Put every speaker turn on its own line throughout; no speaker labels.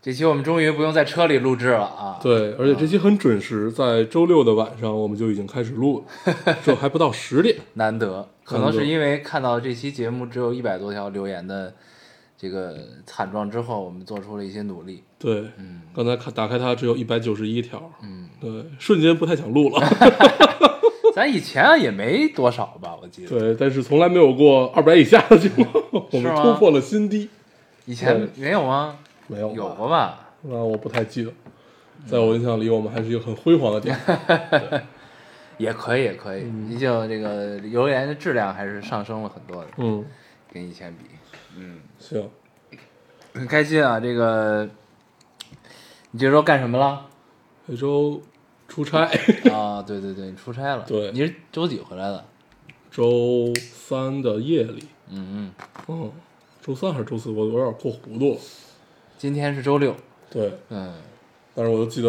这期我们终于不用在车里录制了啊。
对，而且这期很准时，在周六的晚上我们就已经开始录了，这还不到十点。
难得，可能是因为看到这期节目只有一百多条留言的这个惨状之后，我们做出了一些努力。
对，刚才看打开它只有一百九十一条，嗯，对，瞬间不太想录了。
咱以前啊也没多少吧，我记得
对，但是从来没有过二百以下的情况， 我们
吗
突破了新低。
以前没有吗？
没有吧
有过吧？
那我不太记得，在我印象里，我们还是一个很辉煌的电 台。
也可以，也可以，
嗯
毕竟这个留言的质量还是上升了很多的，
嗯，
跟以前比，
行，
很开心啊。这个你这周干什么 了？
这周出差，
啊，对对对，你出差了。
对
你是周几回来的？
周三的夜里，
嗯嗯，
嗯，周三还是周四，我我有点过糊涂了。
今天是周六。
对，
嗯，
但是我就记得，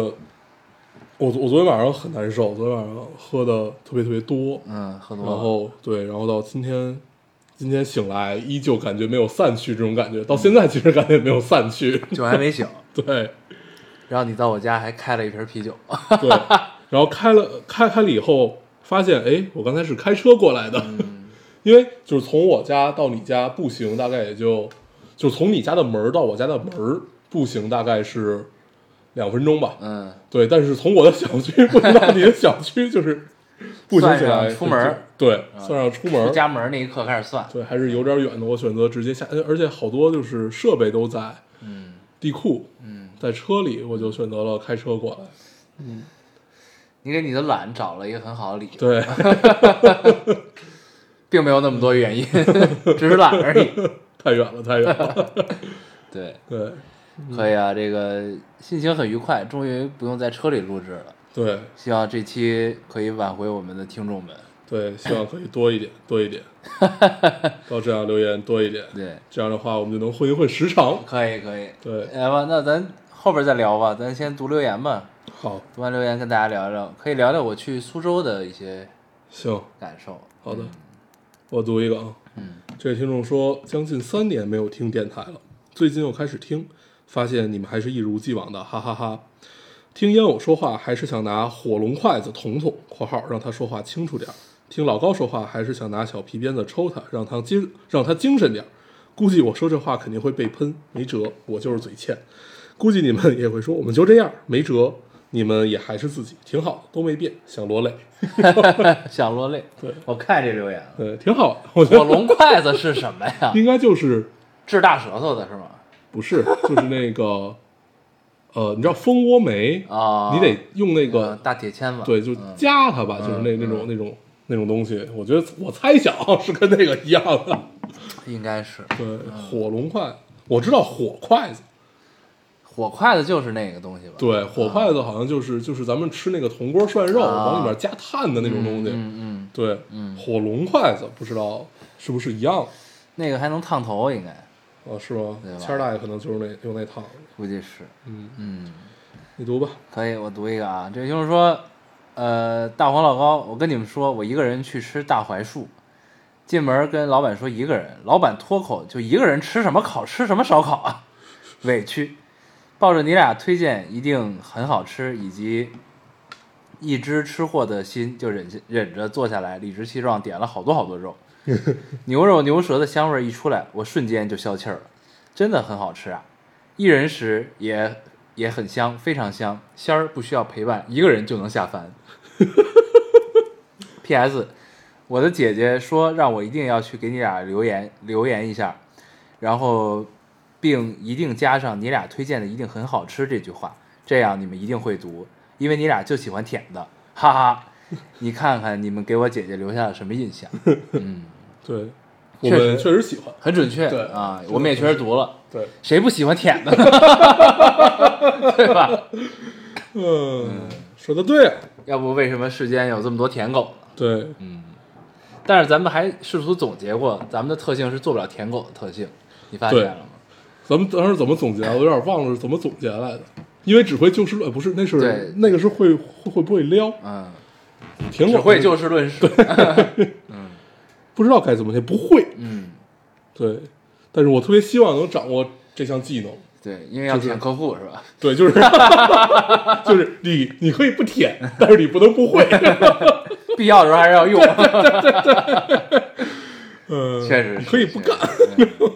我昨我昨天晚上很难受，昨天晚上喝的特别特别多，
嗯，喝多
然
了。
后对，然后到今天，今天醒来依旧感觉没有散去这种感觉，到现在其实感觉也没有散去，
酒还没醒，
对
然后你到我家还开了一瓶啤酒，
对，然后开了开开了以后，发现哎，我刚才是开车过来的，因为就是从我家到你家步行大概也就，就是从你家的门儿到我家的门儿步行大概是两分钟吧，
嗯，
对，但是从我的小区 不能到你的小区，就是步行起
算
来
上出门儿，
对，算上出门
出
儿，
家门那一刻开始算，
对，还是有点远的。我选择直接下，呃而且好多就是设备都在
嗯
地库，
嗯，
在车里，我就选择了开车过来。
你给你的懒找了一个很好的理由，
对，
并没有那么多 原因，只是懒而已。
太远了，太远了。
对，
对
可以啊，这个心情很愉快，终于不用在车里录制了。
对
希望这期可以挽回我们的听众们。
对，希望可以多一点，多一点，到这样留言多一点，
对，
这样的话我们就能混一混时长。
可以可以，
对
来吧，那咱后边再聊吧，咱先读留言吧。
好，
读完留言跟大家聊一聊，可以聊聊我去苏州的一些
行，
感受。
好的，我读一个啊。
嗯，
这位听众说，将近三年没有听电台了，最近又开始听，发现你们还是一如既往的，哈哈哈听烟偶说话还是想拿火龙筷子捅捅（括号让他说话清楚点儿），听老高说话还是想拿小皮鞭子抽他，让他精让他精神点儿。估计我说这话肯定会被喷，没辙，我就是嘴欠。估计你们也会说，我们就这样，没辙。你们也还是自己，挺好的，都没变，想罗磊，
想落泪。
对，
我看这留言了。
对，挺好的，我觉
火
得？
龙筷子是什么呀
应该就是
治大舌头的是吗？
不是，就是那个，呃，你知道蜂窝煤
啊
你得用那个
嗯，大铁签子。
对，就
嗯
夹它吧，就是那那种那种那种东西。我觉得我猜想 是跟那个一样的。
应该是
对，火龙筷，我知道火筷子，
火筷子就是那个东西吧？
对，火筷子好像就是就是咱们吃那个铜锅涮肉
啊
往里面加碳的那种东西。
嗯，嗯
对，火龙筷子不知道是不是一样
那个还能烫头，应该
啊？是吗
对吧？
谦儿大爷可能就是那用那烫。
估计是。
嗯
嗯，
你读吧。
可以，我读一个啊，这就是说，呃，大黄老高，我跟你们说，我一个人去吃大槐树，进门跟老板说一个人，老板脱口就一个人吃什么烤吃什么烧烤啊， 委屈。抱着你俩推荐一定很好吃，以及一只吃货的心，就忍下忍着坐下来，理直气壮点了好多好多肉，牛肉牛舌的香味一出来，我瞬间就消气儿了，真的很好吃啊！一人食也也很香，非常香，仙儿不需要陪伴，一个人就能下 饭。P.S. 我的姐姐说让我一定要去给你俩留言留言一下，然后并一定加上你俩推荐的一定很好吃这句话，这样你们一定会读，因为你俩就喜欢甜的， 哈哈。你看看你们给我姐姐留下了什么印象？嗯，
对，我
确
们
实
确实喜欢。
很准确
对
啊
真，的
我们也确实读了，
对，
谁不喜欢舔的呢？ 对吧？
嗯，说的对啊，
要不为什么世间有这么多舔狗呢？
对，
但是咱们还试图总结过，咱们的特性是做不了舔狗的特性，你发现
对
了吗？
咱们当时怎么总结啊？我有点忘了是怎么总结来的。因为指挥就事论，不是那
对
是那个是会会会不会撩，
嗯，
挺
只
我
会就事论事。
不知道该怎么写，不会。
嗯，
对，但是我特别希望能掌握这项技能。
对，因为要
就是
舔客户是吧？
对， 就是就是你你可以不舔，但是你不能不会。
必要的时候还是要用，啊
嗯，
确实
你
是
可以不干。。
确实是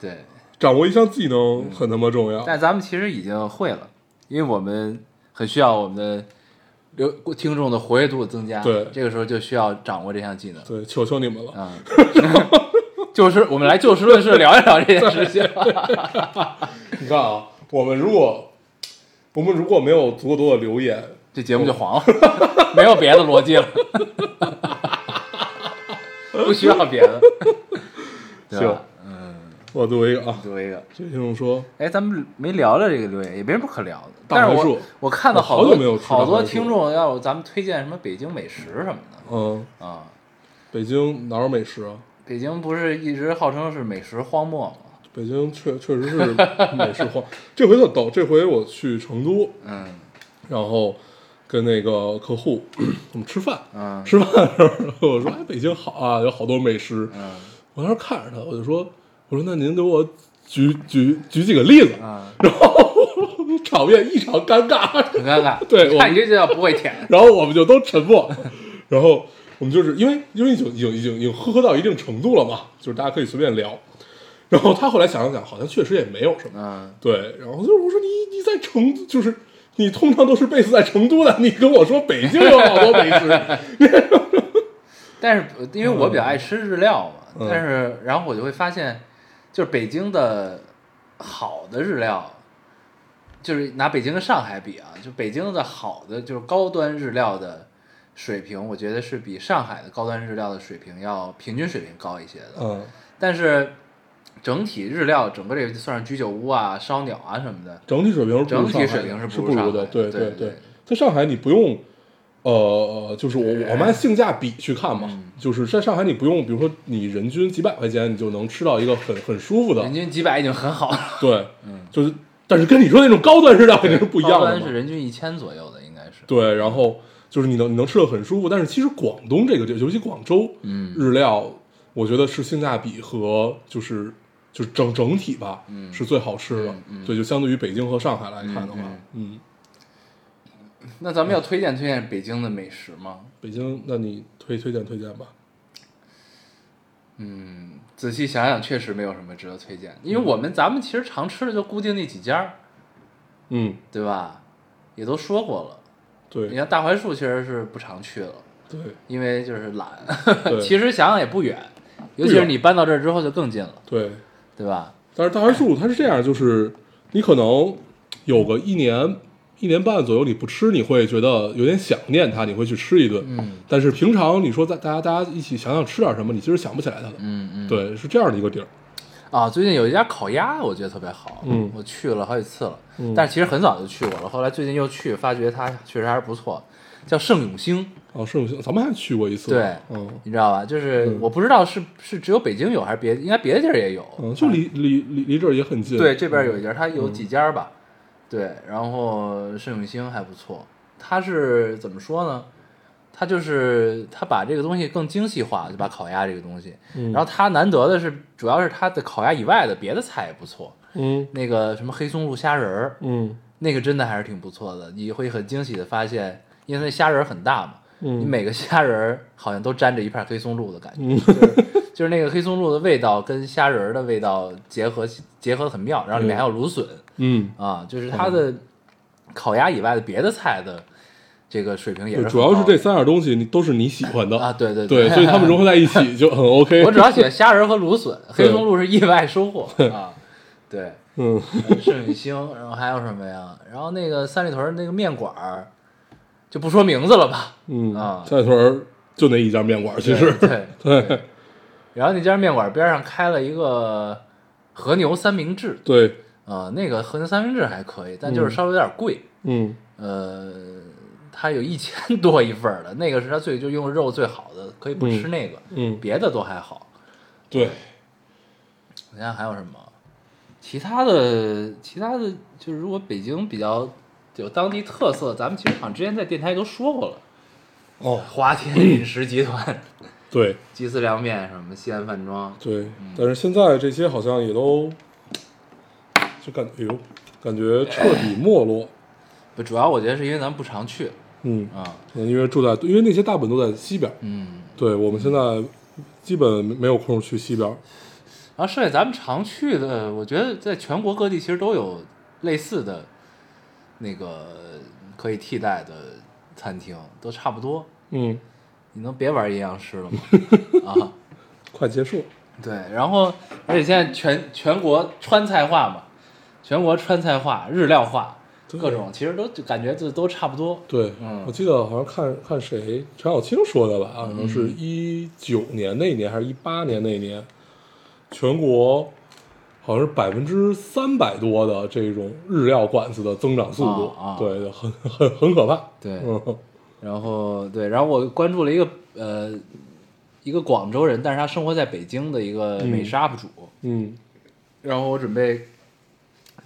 对，
掌握一项技能很他妈重要。
但咱们其实已经会了，因为我们很需要我们的流听众的活跃度的增加。
对
这个时候就需要掌握这项技能。
对，求求你们了。
啊，就是我们来就事论事聊一聊这件事情。
你看啊，我们如果我们如果没有足够多的留言，
这节目就黄了， 没有别的逻 辑了，不需要别的。对吧，
我读一个啊，
读一个。
这听众说，
哎，咱们没聊聊这个留言，也没什么可聊的。
大
但是
槐
我
树
我看到
我好
多
久没有吃
好
大
多
槐树
听众要咱们推荐什么北京美食什么
嗯，
的啊。
北京哪有美食啊？
北京不是一直号称是美食荒漠吗？
北京确确实是美食荒。这回特逗，这回我去成都，
嗯
然后跟那个客户我们吃饭，
嗯
吃饭的时候然后我说：“哎，北京好啊，有好多美食。
嗯
我当时看着他，我就说：“我说那您给我举举举几个例子。
嗯，
然后 场面异常尴尬，
很尴尬。
对我
看你这就叫不会舔。
然后我们就都沉默，然后我们就是因为因为已经已经已经已经喝到一定程度了嘛，就是大家可以随便聊。然后他后来想了想，好像确实也没有什么。
嗯，
对，然后就是我说你你在成都，就是你通常都是 base 在成都的，你跟我说北京有好多美 食，
但是呃因为我比较爱吃日料嘛，
嗯
但是然后我就会发现，就是北京的好的日料，就是拿北京跟上海比啊，就北京的好的就是高端日料的水平，我觉得是比上海的高端日料的水平要平均水平高一些的。
嗯，
但是整体日料整个这个算是居酒屋啊、烧鸟啊什么的，
整体水平是不如
整体
上海
水
的
平是
是
不
不
如
如
上海
的，
的
对
对对
对，在上海你不用。呃，就是我我们按性价比去看嘛，
嗯
就是在上海你不用，比如说你人均几百块钱，你就能吃到一个很很舒服的
人，均几百已经很好 了，
对，就是，但是跟你说那种高端日料肯定是不一样
嗯高
的
端
嘛
是，人均一千左右的，应该是。
对，然后就是你能你能吃的很舒服，但是其实广东这个地，尤其广州，
嗯
日料，我觉得是性价比和就是就是整整体吧，嗯，是最好吃的，
嗯嗯
对，就相对于北京和上海来看的话，嗯，
那咱们要推荐推荐北京的美食吗？
北京，那你推推荐推荐吧，
嗯，仔细想想，确实没有什么值得推荐，因为我们咱们其实常吃的就固定那几家儿，
嗯，
对吧？也都说过了。你
对
看大槐树其实是不常去了，
对
因为就是懒。
对
其实想想也不远，尤其是你搬到这儿之后就更近了，
对，
对吧？
但是大槐树它是这样，就是你可能有个一年。一年半左右你不吃，你会觉得有点想念它，你会去吃一顿。嗯，但是平常你说在大家大家一起想想吃点什么，你其实想不起来它的。
嗯嗯。
对，是这样的一个地儿。
啊，最近有一家烤鸭，我觉得特别好，
嗯
我去了好几次了，
嗯
但是其实很早就去过了，后来最近又去，发觉它确实还是不错，叫盛永兴。
哦，是有些，咱们还去过一次。
对
嗯
你知道吧？就是我不知道是是只有北京有还是别，应该别的地儿也有。
嗯，就离离离离这儿也很近。
对这边有一家，它有几家儿吧？对，然后盛永兴还不错。它是怎么说呢？它就是它把这个东西更精细化，就把烤鸭这个东西。然后它难得的是，主要是它的烤鸭以外的别的菜也不错。
嗯
那个什么黑松露虾仁儿，
嗯
那个真的还是挺不错的。你会很惊喜的发现，因为那虾仁儿很大嘛，你
嗯
每个虾仁儿好像都沾着一片黑松露的感觉，
嗯
就是就是那个黑松露的味道跟虾仁儿的味道结合结合得很妙，然后里面还有芦笋、
嗯，
啊，就是它的烤鸭以外的别的菜的这个水平也
对，
是
主要是
很高
这
的
三样东西你都是你喜欢的
啊，。对对
对，所以他们融合在一起就很 OK。
我只要写虾仁儿和芦 笋，
对
黑松露是意外收 获啊，对，呃
嗯
盛宇兴，然后还有什么呀？然后那个三里屯儿那个面馆儿就不 说名字了吧，
嗯
啊
三里屯儿就那一家面馆儿，其实
对对
对，
然后那家面馆边上开了一个和牛三明治，
对，
呃，那个和牛三明治还可以，但就是
嗯
稍微有点贵，
嗯
呃，它有一千多一份儿的，那个是它最就用肉最好的，可以不吃
嗯
那个，
嗯，
别的都还好。
对，
我想想还有什么？其他的，其他的，就是如果北京比较有当地特色，咱们其实好像之前在电台都说过了，
哦，
华天饮食集团、
对
鸡丝凉面什么西安饭庄，
对，但是现在这些好像也都就感觉，哎呦，感觉彻底没落。
不主要我觉得是因为咱们不常去
嗯，
啊，
可能因为住在，因为那些大本都在西边儿，
嗯，
对我们现在基本没有空去西边儿。
然后剩下咱们常去的，我觉得在全国各地其实都有类似的那个可以替代的餐厅，都差不多。
嗯，
你能别玩阴阳师了吗？ 啊。
快结束。
对，然后而且现在全全国川菜化嘛，全国川菜化、日料化，
对
各种其实都就感觉就都差不多。
对，
嗯
我记得好像看看谁陈小青说的吧，好像是一九年那一年还是一八年那一年，全国好像是百分之三百多的这种日料馆子的增长速度，
啊啊
对，很很很可怕。
对
嗯，
然后对，然后我关注了一个呃一个广州人，但是他生活在北京的一个美食 UP 主，
嗯
然后我准备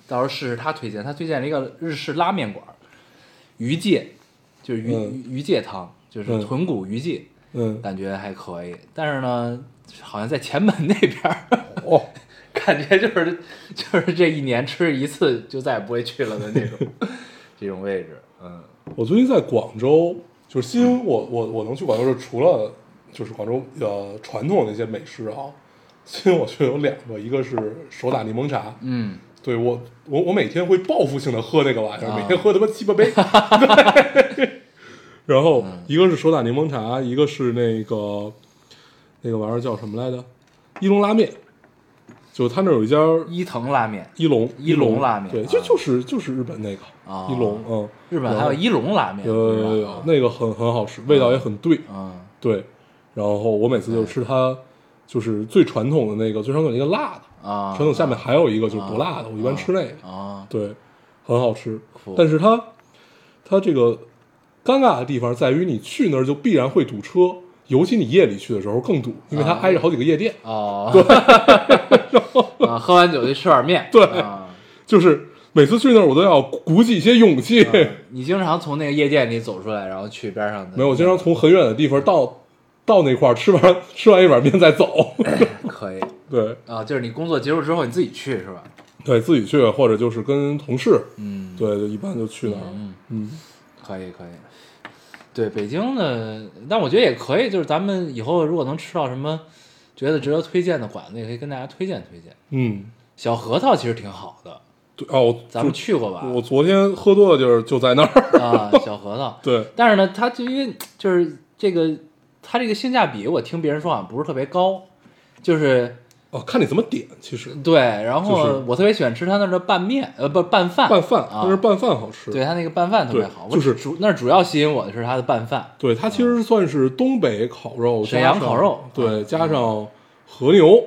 到时候试试他推荐，他推荐了一个日式拉面馆儿，鱼介，就是鱼、
嗯
鱼鱼介汤，就是
嗯
豚骨鱼介，
嗯，
感觉还可以，但是呢，好像在前门 那边儿。
哦，
感觉就是就是这一年吃一次就再也不会去了的那 种这种位置，嗯
我最近在广州，就是新我我我能去广州，是除了就是广州呃传统的那些美食啊，新我去有两个，一个是手打柠檬茶，
嗯，
对我，我我每天会报复性的喝那个玩意儿，
啊
每天喝他妈七 八杯。对然后
嗯
一个是手打柠檬茶，一个是那个那个玩意儿叫什么来着？一龙拉面，就他那儿有一家
伊藤拉面，
一龙
一龙拉面
对，
啊
就就是就是日本那个
啊哎
一龙，嗯，
日本还有一龙拉面，
有有有有有，那个很很好吃，味道也很对，
嗯哎
对。然后我每次就吃它，就是最传统的那个，最传统的一个辣的，
啊，
传统下面还有一个就是不辣的，我一般吃那个。
啊，
对，很好吃
酷。
但是它它这个尴尬的地方在于，你去那儿就必然会堵车，尤其你夜里去的时候更堵，因为
啊
它挨着好几个夜店。
哦，对，啊，喝完酒就吃碗面，
对
啊
就是每次去那儿，我都要鼓起一些勇气。
啊你经常从那个夜店里走出来，然后去边上的，
没有，我经常从很远的地方到到那块儿吃完吃完一碗面再走。
可以
对
啊，就是你工作结束之后你自己去是吧？
对，自己去或者就是跟同事，
嗯，
对，就一般就去那儿。
嗯。
嗯，
可以可以，对北京的，但我觉得也可以，就是咱们以后如果能吃到什么觉得值得推荐的馆子，也可以跟大家推荐推荐。
嗯，
小核桃其实挺好的，
对哦，
咱们
就
去过吧？
我昨天喝多了，就是就在那儿。
啊，小核桃。
对，
但是呢，它就因为就是这个，它这个性价比，我听别人说好像不是特别高，就是
哦，看你怎么点，其实
对。然后、
就是
我特别喜欢吃他那儿的拌面，呃，不拌饭，
拌饭，
啊
但是，拌饭好吃。
对他那个拌饭特别
对
好，
就是
我主那主要吸引我的是他的拌饭，
对，它其实算是东北烤肉，
嗯沈阳
加上
烤肉啊嗯
对，加上和牛，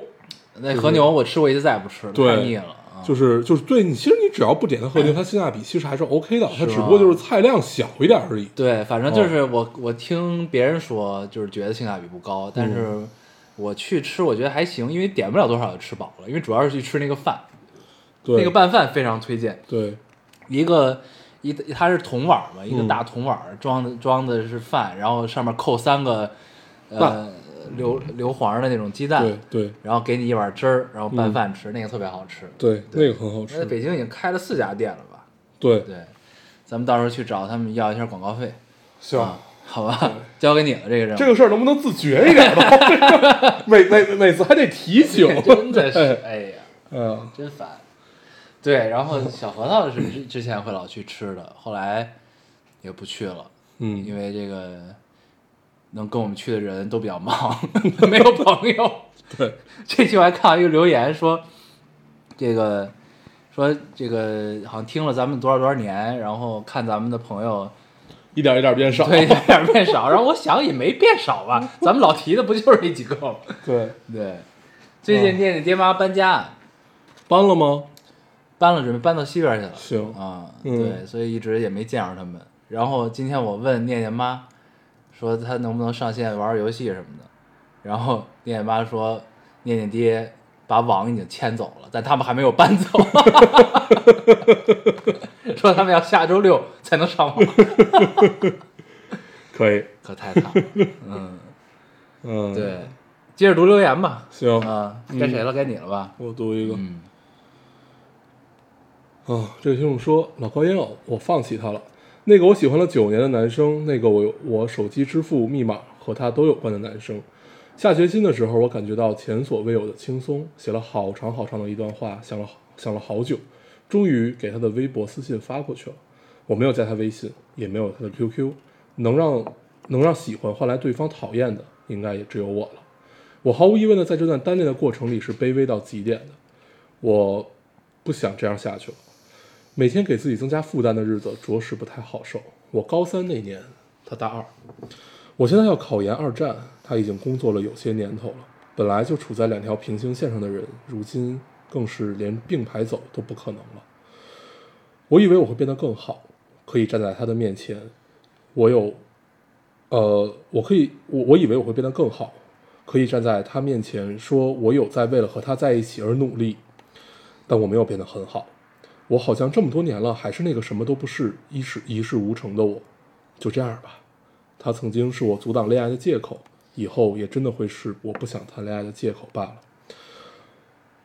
那和牛我吃过一次，再也不吃了，
对
太腻了。啊哎
就是就是对你，其实你只要不点它和牛，它性价比其实还是 OK 的，它
吗
只不过就是菜量小一点而已。
对，反正
哦
就是我、我听别人说，就是觉得性价比不高，但是
嗯
我去吃，我觉得还行，因为点不了多少就吃饱了，因为主要是去吃那个饭，
对，
那个拌饭非常推荐，
对，
一个一它是铜碗嘛，一
嗯
个大铜碗装的装的是饭，然后上面扣三个呃
饭
硫硫磺的那种鸡
对
蛋，
对
然后给你一碗汁儿，然后拌饭吃，那个特别好吃。
对，那个很好
那
吃。
北京已经开了四家店了吧？
对，
对，咱们到时候去找他们要一下广告费，
行，
好吧？交给你了这个任务。，
啊这个事儿能不能自觉一点吧？每每每次还得提醒
真的是，
哎，
哎呀，
哎呀，
真烦。对，然后小核桃是之之前会老去吃的，后来也不去了，
嗯，
因为这个能跟我们去的人都比较忙， 没有朋友。
对，
这期我还看到一个留言说，这个说这个好像听了咱们多少多少年，然后看咱们的朋友
一点一点变少。
对，一点变少。然后我想也没变少吧，咱们老提的不就是那几个吗？
对
对， 最近念念爹妈搬家，
搬了吗？
搬了准备搬到西边去了。
行
啊，
嗯
对，所以一直也没见着他们。然后今天我问念念妈，说她能不能上线玩游戏什么的，然后念念妈说念念爹把网已经迁走了，但他们还没有搬走， 说他们要下周六才能上网，
可以。
可太惨了。
嗯，，
对，接着读留言吧。
行，
啊，该谁了？该你了吧？
我读一个。
嗯，
啊，这个听众说，老高烟偶，我放弃他了。那个我喜欢了九年的男生，那个我有我手机支付密码和他都有关的男生，下决心的时候，我感觉到前所未有的轻松，写了好长好长的一段话，想了好想了好久，终于给他的微博私信发过去了。我没有加他微信，也没有他的 QQ，能让能让喜欢换来对方讨厌的，应该也只有我了。我毫无疑问的在这段单恋的过程里是卑微到极点的，我不想这样下去了。每天给自己增加负担的日子，着实不太好受。我高三那年，他大二，我现在要考研二战，他已经工作了有些年头了。本来就处在两条平行线上的人，如今更是连并排走都不可能了。我以为我会变得更好，可以站在他的面前，我有，呃，我可以，我我以为我会变得更好，可以站在他面前说，我有在为了和他在一起而努力，但我没有变得很好。我好像这么多年了，还是那个什么都不是、一事一事无成的我，就这样吧。他曾经是我阻挡恋爱的借口，以后也真的会是我不想谈恋爱的借口罢了。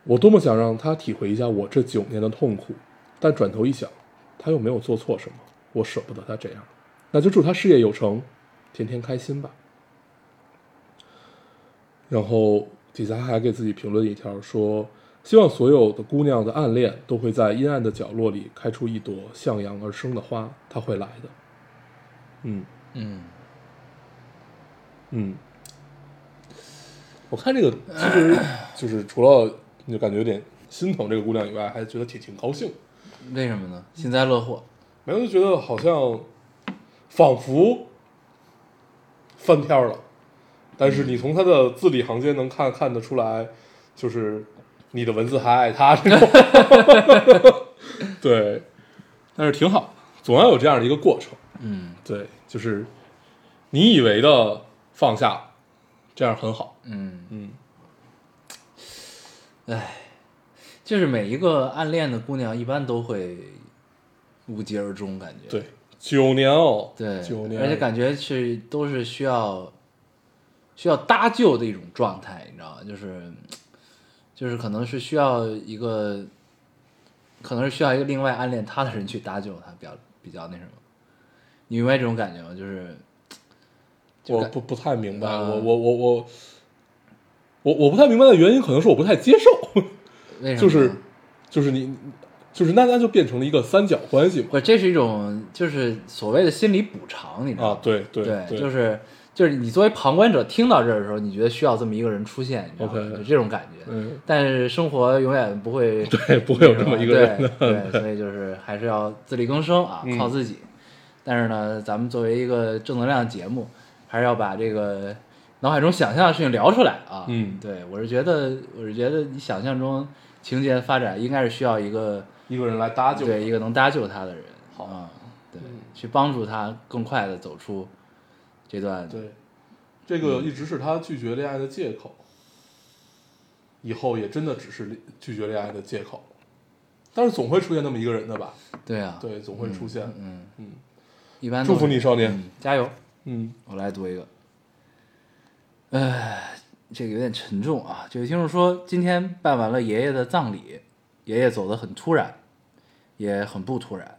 我多么想让他体会一下我这九年的痛苦，但转头一想，他又没有做错什么，我舍不得他这样，那就祝他事业有成，天天开心吧。然后底下还给自己评论一条说：“希望所有的姑娘的暗恋都会在阴暗的角落里开出一朵向阳而生的花，它会来的。”嗯
嗯，
嗯，我看这个其实就是 除了你就感觉有点心疼这个姑娘以外，还觉得挺挺高兴，
为什么呢？幸灾乐祸。
没有就觉得好像仿佛翻篇儿了，但是你从他的字里行间能看看得出来，就是你的文字还爱他这种， 对，但是挺好，总要有这样的一个过程，
嗯
对，就是你以为的放下，这样很好，
嗯，
嗯
就是每一个暗恋的姑娘一般都会无疾而终，感觉。
对，九年哦，
对，
九年，
而且感觉是都是需要需要搭救的一种状态，你知道吗？就是就是可能是需要一个，可能是需要一个另外暗恋他的人去搭救他，比较比较那什么，你明白这种感觉吗？就是就
我
感
不不太明白，
啊
我我我我我我不太明白的原因，可能是我不太接受，
为什么呢？
就是就是你就是那那就变成了一个三角关系嘛
不，这是一种就是所谓的心理补偿，你知道
啊
吗？，
对对对，
就是就是你作为旁观者听到这儿的时候，你觉得需要这么一个人出现，你知道吗
OK
就这种感觉。
嗯，
但是生活永远不会
对，不会有这么一个人
对
的，
对，所以就是还是要自力更生啊，
嗯
靠自己。但是呢，咱们作为一个正能量节目，还是要把这个脑海中想象的事情聊出来啊。
嗯
对我是觉得，我是觉得你想象中情节的发展应该是需要一个
一个人来搭救，
对一个能搭救他的人，好、啊，对，去帮助他更快的走出这段
对，嗯这个一直是他拒绝恋爱的借口，以后也真的只是拒绝恋爱的借口，但是总会出现那么一个人的吧？
对啊，
对，总会出现，
嗯
嗯，
一般都
祝福
是
你少年，
嗯，加油。
嗯
我来读一个，唉，这个有点沉重啊。这位听众说，今天办完了爷爷的葬礼，爷爷走得很突然，也很不突然。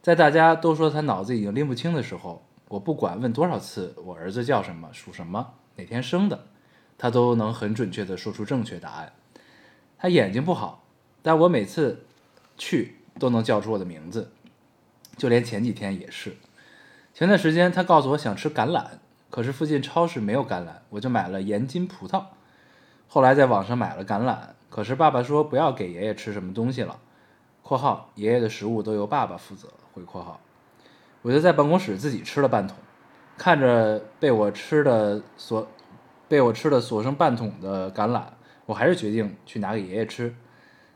在大家都说他脑子已经拎不清的时候，我不管问多少次我儿子叫什么、属什么、哪天生的，他都能很准确地说出正确答案。他眼睛不好，但我每次去都能叫出我的名字，就连前几天也是。前段时间他告诉我想吃橄榄，可是附近超市没有橄榄，我就买了盐津葡萄。后来在网上买了橄榄，可是爸爸说不要给爷爷吃什么东西了（括号爷爷的食物都由爸爸负责）。回括号，我就在办公室自己吃了半桶，看着被我吃的所被我吃的所剩半桶的橄榄，我还是决定去拿给爷爷吃。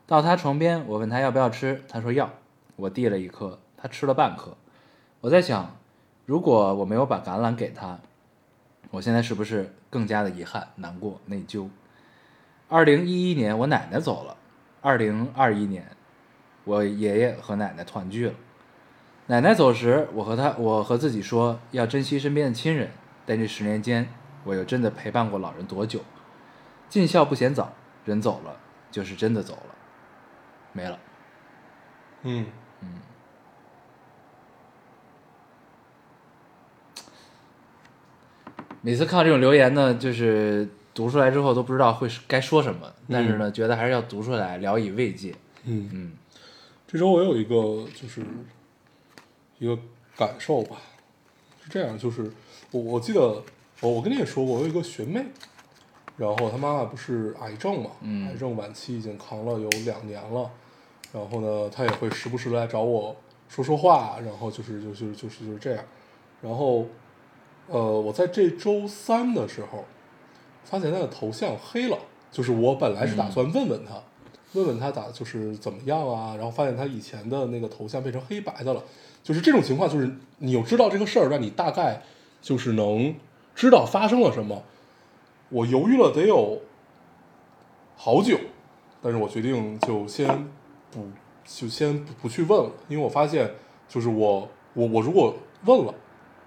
到他床边，我问他要不要吃，他说要。我递了一颗，他吃了半颗。我在想，如果我没有把橄榄给他，我现在是不是更加的遗憾、难过、内疚？二零一一年我奶奶走了，二零二一年我爷爷和奶奶团聚了。奶奶走时，我和她，我和自己说要珍惜身边的亲人，但这十年间，我又真的陪伴过老人多久？尽孝不嫌早，人走了就是真的走了，没了。
嗯，
每次看到这种留言呢，就是读出来之后都不知道会是该说什么，但是呢，觉得还是要读出来，聊以慰藉。
嗯
嗯，
这周我有一个就是一个感受吧，是这样，就是我我记得我我跟你也说过，我有一个学妹，然后她妈妈不是癌症嘛，
嗯
癌症晚期已经扛了有两年了，然后呢，她也会时不时地来找我说说话，然后就是就是就是就是这样，然后呃，我在这周三的时候发现她的头像黑了，就是我本来
嗯
是打算问问她。问问他打就是怎么样啊，然后发现他以前的那个头像变成黑白的了，就是这种情况，就是你有知道这个事儿，但你大概就是能知道发生了什么。我犹豫了得有好久，但是我决定就先不就先不不去问了，因为我发现就是我我我如果问了，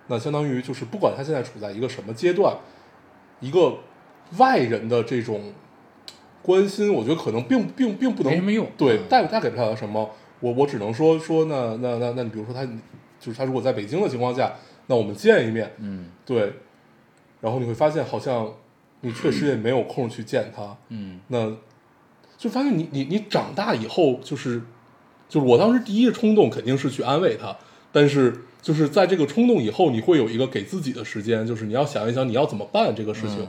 那相当于就是不管他现在处在一个什么阶段，一个外人的这种关心，我觉得可能并并并不能
没什么用
对
嗯，
带带给不了他什么。我我只能说说那那那那你比如说他就是他如果在北京的情况下，那我们见一面，
嗯
对，然后你会发现好像你确实也没有空去见他，
嗯
那就发现你你你长大以后就是，就是我当时第一个冲动肯定是去安慰他，但是就是在这个冲动以后，你会有一个给自己的时间，就是你要想一想你要怎么办这个事情。
嗯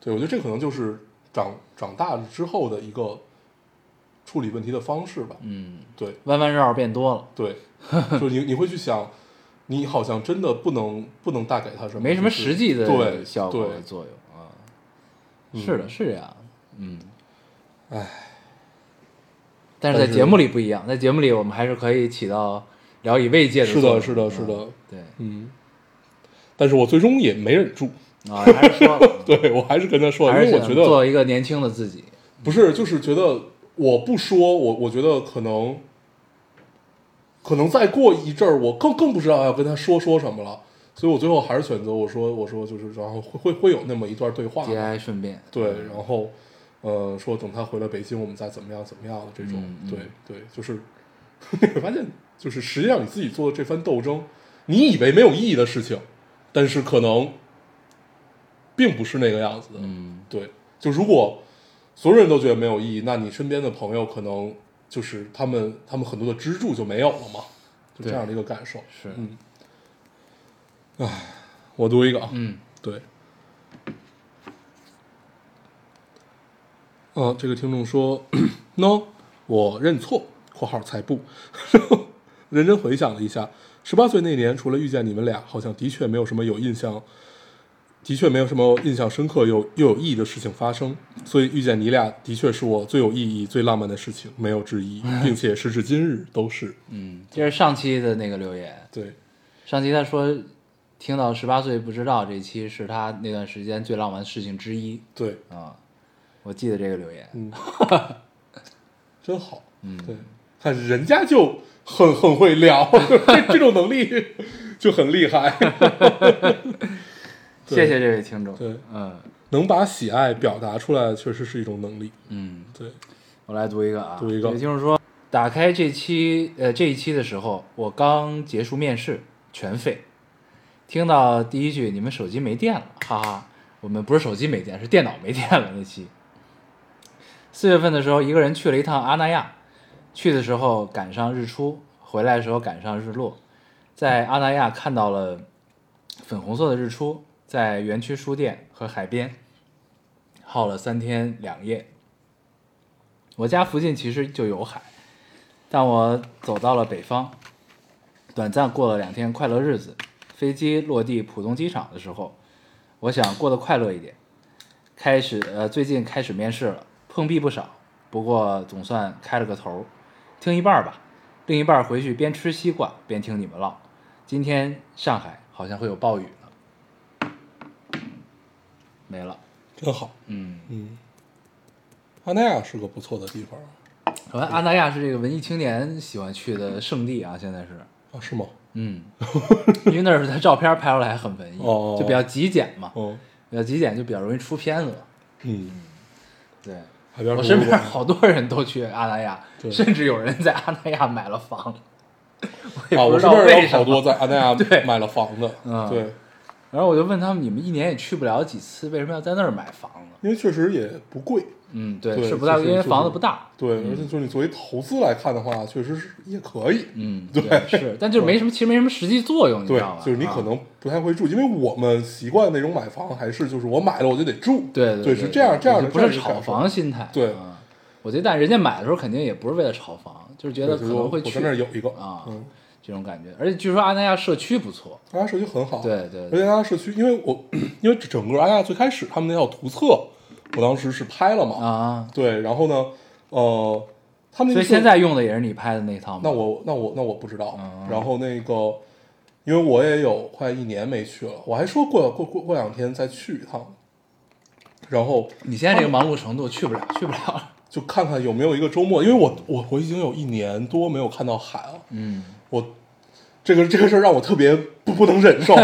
对我觉得这可能就是长长大之后的一个处理问题的方式吧。
嗯，
对
弯弯绕绕变多了，
对，就是你你会去想，你好像真的不能不能带给他什么，
没什么
就是
实际的
对
效果和
对
作用啊。是的，是这样。嗯，
唉，
但是在
但是
节目里不一样，在节目里我们还是可以起到聊以慰藉
是
作用。啊
的，是的，是的，
对，
嗯，但是我最终也没忍住，
啊，还是说，
对我还是跟他说，
还
因
是
为我
想
觉得
做一个年轻的自己。
不是，就是觉得我不说，我我觉得可能，可能再过一阵儿，我更更不知道要跟他说说什么了，所以我最后还是选择我说我说就是，然后会会会有那么一段对话，
节哀顺变。
对，然后呃说等他回了北京，我们再怎么样怎么样的这种，
嗯嗯
对对，就是 你会发现，就是实际上你自己做的这番斗争，你以为没有意义的事情，但是可能并不是那个样子的。
嗯
对，就如果所有人都觉得没有意义，那你身边的朋友可能就是他们，他们很多的支柱就没有了嘛，就这
对
样的一个感受。
是
嗯，唉，我读一个啊，
嗯
对。呃，这个听众说：“no，我认错。 （括号才不）认真回想了一下，十八岁那年，除了遇见你们俩，好像的确没有什么有印象，的确没有什么印象深刻又又有意义的事情发生。所以遇见你俩，的确是我最有意义、最浪漫的事情，没有之一，并且时至今日都是。
嗯，这是上期的那个留言。
对，
上期他说，听到十八岁不知道这一期是他那段时间最浪漫的事情之一
对，
啊。我记得这个留言，
嗯，真好，嗯，对，看人家就很很会 聊，这这种能力 就很厉害，对
谢谢这位听众。
对
嗯
能把喜爱表达出来，确实是一种能力。
嗯，
对，
我来读一个啊，
读一个
也就是说，打开这期呃这一期的时候，我刚结束面试，全废。听到第一句“你们手机没电了”，哈哈，我们不是手机没电，是电脑没电了那期。四月份的时候，一个人去了一趟阿那亚，去的时候赶上日出，回来的时候赶上日落，在阿那亚看到了粉红色的日出，在园区书店和海边耗了三天两夜，我家附近其实就有海，但我走到了北方，短暂过了两天快乐日子。飞机落地浦东机场的时候，我想过得快乐一点。开始呃，最近开始面试了，碰壁不少，不过总算开了个头儿。听一半儿吧，另一半儿回去边吃西瓜边听你们唠。今天上海好像会有暴雨了，没了。
真好。
嗯，
嗯，阿那亚是个不错的地方啊
好像阿那亚是这个文艺青年喜欢去的圣地啊，现在是。
啊，是吗？
嗯，因为那儿他照片拍出来还很文艺，
哦
就比较极简嘛，
嗯
比较极简就比较容易出片子嘛。
嗯，
对，
海边
我
图
身
书
边
馆
好多人都去阿那亚，
对
甚至有人在阿那亚买了房。我
啊，
也不
我
知
身
道
边
为
有
什
好
么。
多在阿那 亚
对
买了房的，
嗯
对，
然后我就问他们，你们一年也去不了几次，为什么要在那儿买房呢？
因为确实也不贵，
嗯，对，
对
是不大，
就是
因为
就是
房子不大。
对，而且就是你作为投资来看的话，确实是也可以，
嗯，
对
是，但就是没什么，其实没什么实际作用，你知
对
道吧？，
就是你
啊
可能不太会住，因为我们习惯那种买房还是就是我买了我就得住，
对
对
对，
是这样这样的，
就不
这样
是
的
炒
感受
房，心态。
对
啊，我觉得，但人家买的时候肯定也不是为了炒房，就是觉
对
得
就
可
是
能会
我
去
在那儿有一个
啊
嗯，
这种感觉。而且据说阿那亚社区不错，
阿亚社区很好，
对对
而且
对
阿亚社区，因为我因为整个阿亚最开始他们那套图册，我当时是拍了嘛，
啊，
对，然后呢，呃，他们
所
那个
以
社
现在嗯用的也是你拍的那套吗？
那我那我那我不知道。然后那个，因为我也有快一年没去了，我还说过过过过两天再去一趟，然后
你现在这个忙碌程度去不了，去不 了。
就看看有没有一个周末，因为我我我已经有一年多没有看到海了，
嗯，
我这个这个事儿让我特别不不能 忍受。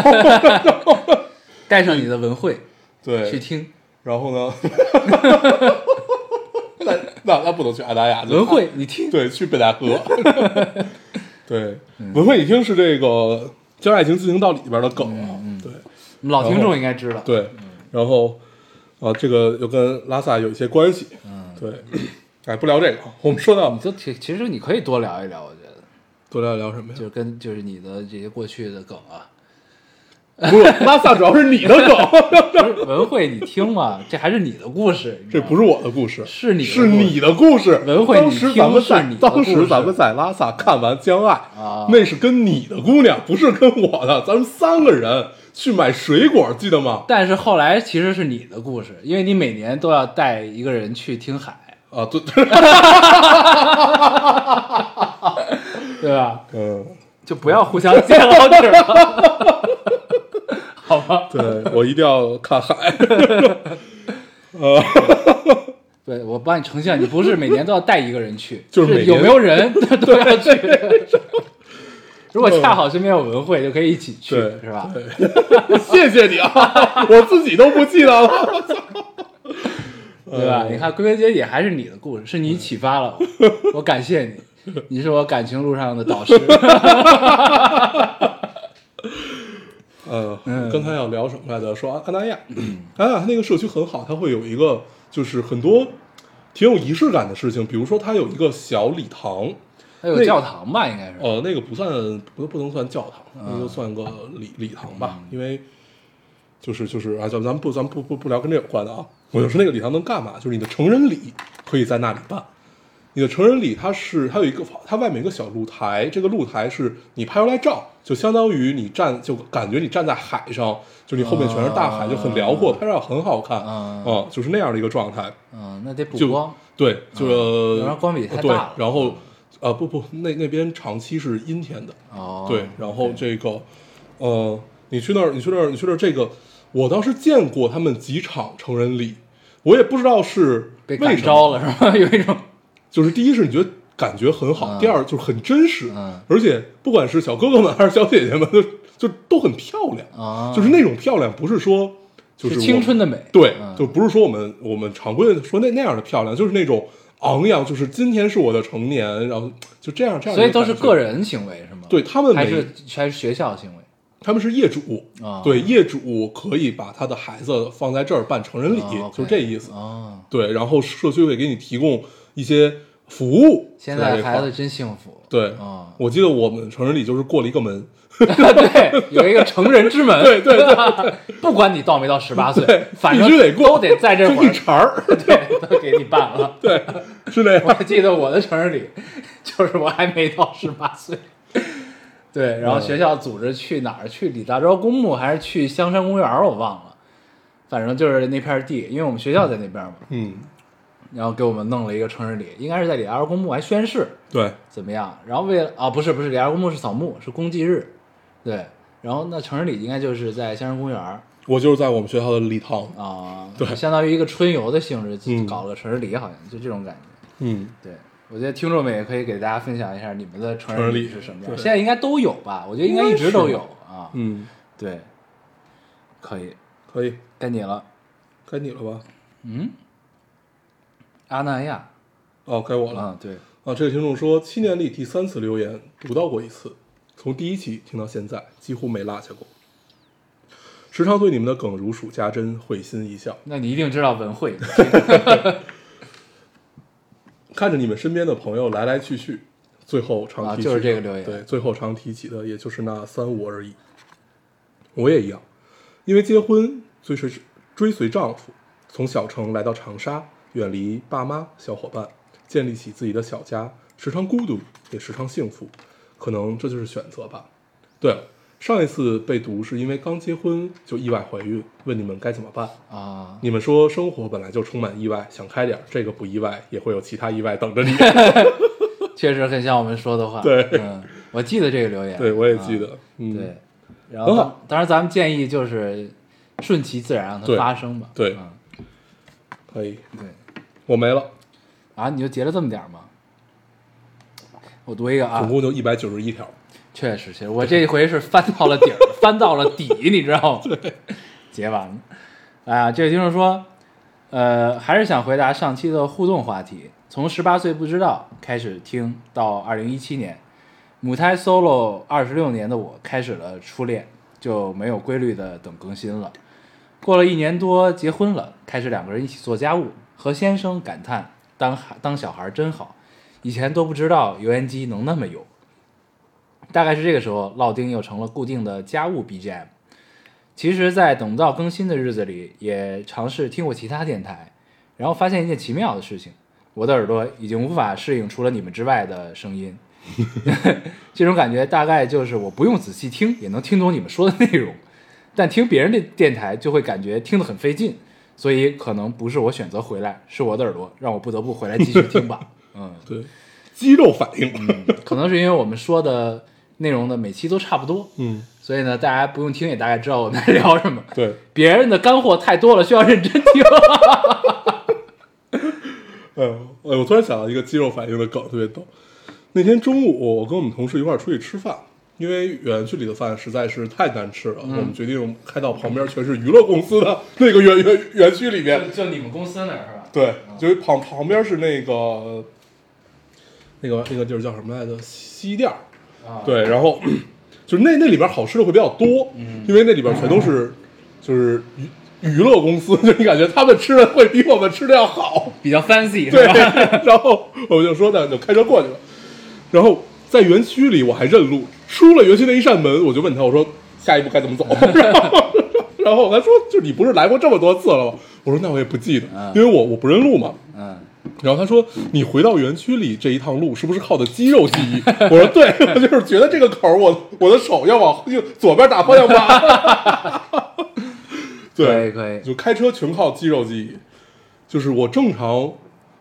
带上你的文慧去
对，
听
然后 呢，那那那不能去阿达雅，就
文慧，你听。
对，去北戴 河。对，文慧，你听是这个《将爱情进行到里边的梗啊。对
我们老听众应该知道。
对，然后啊，这个又跟拉萨有一些关系。
嗯，
对，哎，不聊这个，我们说到
你就其其实你可以多聊一聊，我觉得
多聊聊什么呀
就？是跟就是你的这些过去的梗 啊，
不是拉萨，主要是你的 梗，
不是文慧，你听嘛，这还是你的故事，你知
这
道吗
不是我的故事，
是你的
是
故事
你的故事。
文慧
当
你
时
听
咱们
是
在
你的
当
故
时
事
咱们在拉萨看完《将爱》
啊
那是跟你的姑娘，不是跟我的，咱们三个人去买水果，记得吗？
但是后来其实是你的故事，因为你每年都要带一个人去听海，
啊， 对，
对吧？
嗯。
就不要互相揭老底了，好吧？
对我一定要看海。
对，我帮你呈现，你不是每年都要带一个人去，
就是
是
每年
有没有 人都要去。如果恰好身边有文慧，就可以一起去，
对
是吧？
谢谢你啊，我自己都不记得了。
对吧？
嗯
你看，归根结底还是你的故事，是你启发了我，我感谢你，你是我感情路上的 导师。
呃，
嗯
刚才要聊什么来着？说安安那亚，安那亚那个社区很好，它会有一个就是很多挺有仪式感的事情，比如说它有一个小礼堂，
还有
那
教堂吧，应该是。
呃，那个不算不不能算教堂，那就算个礼礼堂吧，因为就是就是啊，咱咱们不咱们不不不聊跟这有关的啊。我就说那个礼堂能干嘛？就是你的成人礼可以在那里办。你的成人礼它是它有一个它外面有一个小露台，这个露台是你拍出来照，就相当于你站就感觉你站在海上，就你后面全是大海，就很辽阔，拍照很好看
啊
啊，就是那样的一个状态。
嗯，那得补
就
光。
对，就是、
嗯要不然光比太大
对
了，嗯
然后呃不不，那那边长期是阴天的，
哦，
对，然后这个，呃，你去那儿，你去那儿，你去那儿，这个，我当时见过他们几场成人礼，我也不知道是
被
为
感
什
召
么，
了 是吧？有一种
就是第一是你觉得感觉很好，
嗯
第二就是很真实，
嗯
而且不管是小哥哥们还是小姐姐们，就就都很漂亮，
啊，
就是那种漂亮，不是说就是
是
我
青春的美，
对，
嗯
就不是说我们我们常规的说那那样的漂亮，就是那种昂扬，就是今天是我的成年，然后就这样这样，
所以都是个，人行为是吗？
对，他们
还
每
是还是学校行为
他们是业主，
啊？
对，业主可以把他的孩子放在这儿办成人礼，
哦，OK
就这意思。
啊，
对，然后社区会给你提供一些服务。
现
在
在
这块
孩
儿
子真幸 福。
对，
啊，
我记得我们成人礼就是过了一个门，
对，有一个成人之门，
对对
对， 不管你到没到十八岁，反正
必须得过
都得在这
就
会
一
儿，
茬儿，
对，都给你办了。
对， 是那样。
我记得我的成人礼就是我还没到十八岁，对，
嗯
然后学校组织去哪儿？去李大钊公墓还是去香山公园儿？我忘了，反正就是那片地，因为我们学校在那边嘛。
嗯，
然后给我们弄了一个成人礼，应该是在李大钊公墓还宣誓
对，
怎么样？然后为了啊，不是不是，李大钊公墓是扫墓，是公祭日，对。然后那成人礼应该就是在香山公园儿
我就是在我们学校的礼堂。
啊，
对
相当于一个春游的性质，
嗯
搞了个成人礼，好像就这种感觉。
嗯，
对，我觉得听众们也可以给大家分享一下你们的成人礼
成人礼
是什么样，
对
现在应该都有吧？我觉得应该一直都有啊。
嗯，
对，可以，
可以，
该你了。
该你了吧？
嗯，阿那亚，
哦，该我
嗯，
了。
对，
啊，这位听众说，七年里第三次留言读到过一次，从第一期听到现在，几乎没落下过。时常对你们的梗如数家珍，会心一笑。
那你一定知道文慧，
看着你们身边的朋友来来去去，最后常
啊
提起的、
就是这个留言
对，最后常提起的也就是那三五而已。我也一样，因为结婚追随追随丈夫，从小城来到长沙，远离爸妈、小伙伴，建立起自己的小家，时常孤独，也时常幸福，可能这就是选择吧。对了，上一次被读是因为刚结婚就意外怀孕，问你们该怎么办。
啊，
你们说生活本来就充满意外，想开点儿，这个不意外，也会有其他意外等 着你。
确实很像我们说的话。
对
嗯，我记得这个留言，
对，我也记得，
啊，
嗯，
对。然
很
后
好，
当然咱们建议就是顺其自然让它
对
发生吧。
对
嗯
可以，
对。
我没了，
啊，你就截了这么点儿吗？我读一个啊，
总共就一百九十一条，
确实，确实，我这一回是翻到了底 儿，翻到了底，你知道吗？对，结完了。哎呀，这位听众说，呃，还是想回答上期的互动话题。从十八岁不知道开始听到二零一七年，母胎 solo 二十六年的我开始了初恋，就没有规律的等更新了。过了一年多，结婚了，开始两个人一起做家务，和先生感叹当孩当小孩真好，以前都不知道油烟机能那么油。大概是这个时候，烙丁又成了固定的家务 BGM。其实，在等不到更新的日子里，也尝试听过其他电台，然后发现一件奇妙的事情：我的耳朵已经无法适应除了你们之外的声音。 这种感觉大概就是我不用仔细听也能听懂你们说的内容，但听别人的电台就会感觉听得很费劲，所以可能不是我选择回来，是我的耳朵让我不得不回来继续听吧。 嗯，
对，肌肉反应，
可能是因为我们说的内容呢每期都差不多，
嗯，
所以呢，大家不用听也大概知道我们在聊什么。
对，
别人的干货太多了，需要认真听。
嗯，哎，我突然想到一个肌肉反应的梗，特别逗。那天中午，我跟我们同事一块儿出去吃饭，因为远距离的饭实在是太难吃了，
嗯
我们决定开到旁边全是娱乐公司的那个园园园区里面，
就你们公司那儿是吧？
对，就是旁旁边是那个那个那个地儿叫什么来着？西店儿。
啊
对，然后就是那那里边好吃的会比较多，因为那里边全都是就是娱娱乐公司， 就你感觉他们吃的会比我们吃的要好。
比较 fancy
对
是吧？，
然后我们就说那就开车过去了。然后在园区里我还认路，出了园区那一扇门，我就问他，我说下一步该怎么走？ 然后然后我跟他说，就你不是来过这么多次了吗？我说那我也不记得，因为我我不认路嘛。
嗯，
然后他说：“你回到园区里这一趟路是不是靠的肌肉记忆？” 我说：“对，我就是觉得这个口儿，我我的手要往右左边打方向盘。
可以
对”
可以
就开车全靠肌肉记忆。就是我正常，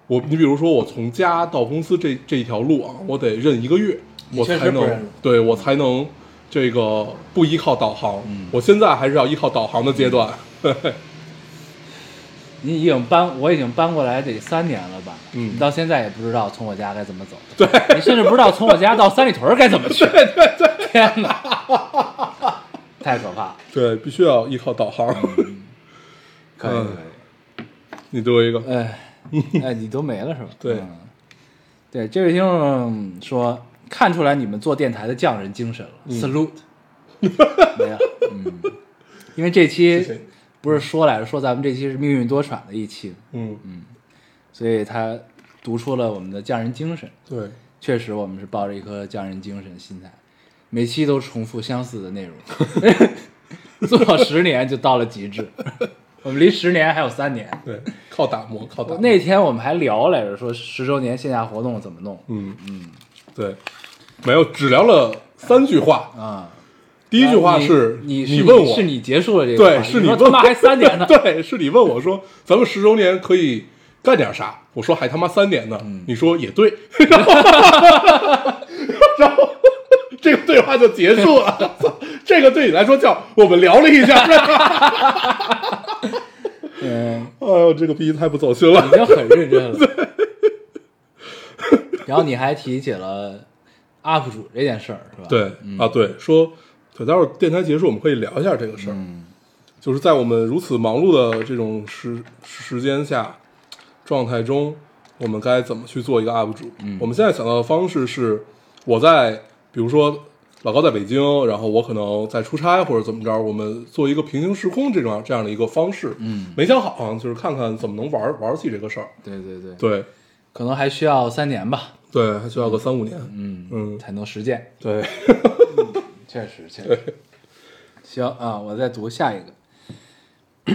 我你比如说我从家到公司这这一条路啊，我得认一个月，
你
我
确实
才
不认
能
路
对我才能这个不依靠导航。
嗯
我现在还是要依靠导航的阶段。
你已经搬，我已经搬过来得三年了吧？
嗯
你到现在也不知道从我家该怎么走。对，你甚至不知道从我家到三里屯儿该怎么去。 对对对，天哪， 太可怕了！
对，必须要依靠导航。
嗯可以
嗯
可以，
你读一个，
哎，哎，你都没了是吧？
对
嗯对，这位听众说，看出来你们做电台的匠人精神了、s
嗯
a l u t e 没有，嗯，因为这
谢谢
期不是说来着，说咱们这期是命运多舛的一期，
嗯，
所以他读出了我们的匠人精神。
对。
确实，我们是抱着一颗匠人精神的心态，每期都重复相似的内 容， 做到十年就到了极致。我们离十年还有三年。
对， 靠打磨，靠打磨。
那天我们还聊来着，说十周年线下活动怎么弄，
嗯嗯，对，没有，只聊了三句话
啊。
第一句话
你
是
你
你
是
问我
是你结束了这个话
对，
题，
是
你说
问
他妈还三点呢，
对，是你问我说咱们十周年可以干点啥？我说还他妈三年呢，你说也对， 然后然后这个对话就结束了。 操这个对你来说叫我们聊了一下，
嗯，
哎呦，这个逼太不走心了
已。经很认真 了。然后你还提起了 UP 主这件事儿，是吧？
对、啊，对，说对，待会儿电台结束我们可以聊一下这个事儿，就是在我们如此忙碌的这种时时间下状态中，我们该怎么去做一个 UP 主？我们现在想到的方式是，我在比如说老高在北京，然后我可能在出差或者怎么着，我们做一个平行时空这种这样的一个方式，嗯，没想好啊，就是看看怎么能玩玩起这个事儿，
对对对，
对
可能还需要三年吧，
对，还需要个三五年，
嗯
嗯，
才能实践。嗯
对，
确实，确实。行啊，我再读下一个。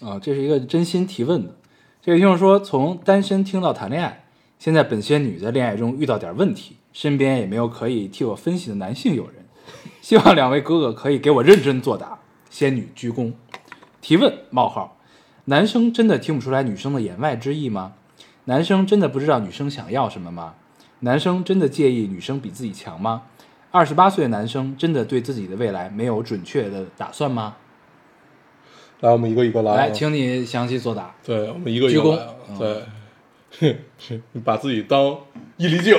啊，这是一个真心提问的。这个听众说，从单身听到谈恋爱，现在本仙女在恋爱中遇到点问题，身边也没有可以替我分析的男性友人，希望两位哥哥可以给我认真作答。仙女鞠躬，提问：冒号，男生真的听不出来女生的言外之意吗？男生真的不知道女生想要什么吗？男生真的介意女生比自己强吗？二十八岁的男生真的对自己的未来没有准确的打算吗？
来，我们一个一个来啊，
来，请你详细作答。
对，我们一个一
鞠
个
躬哦
来啊对， 你把自己当伊犁舅。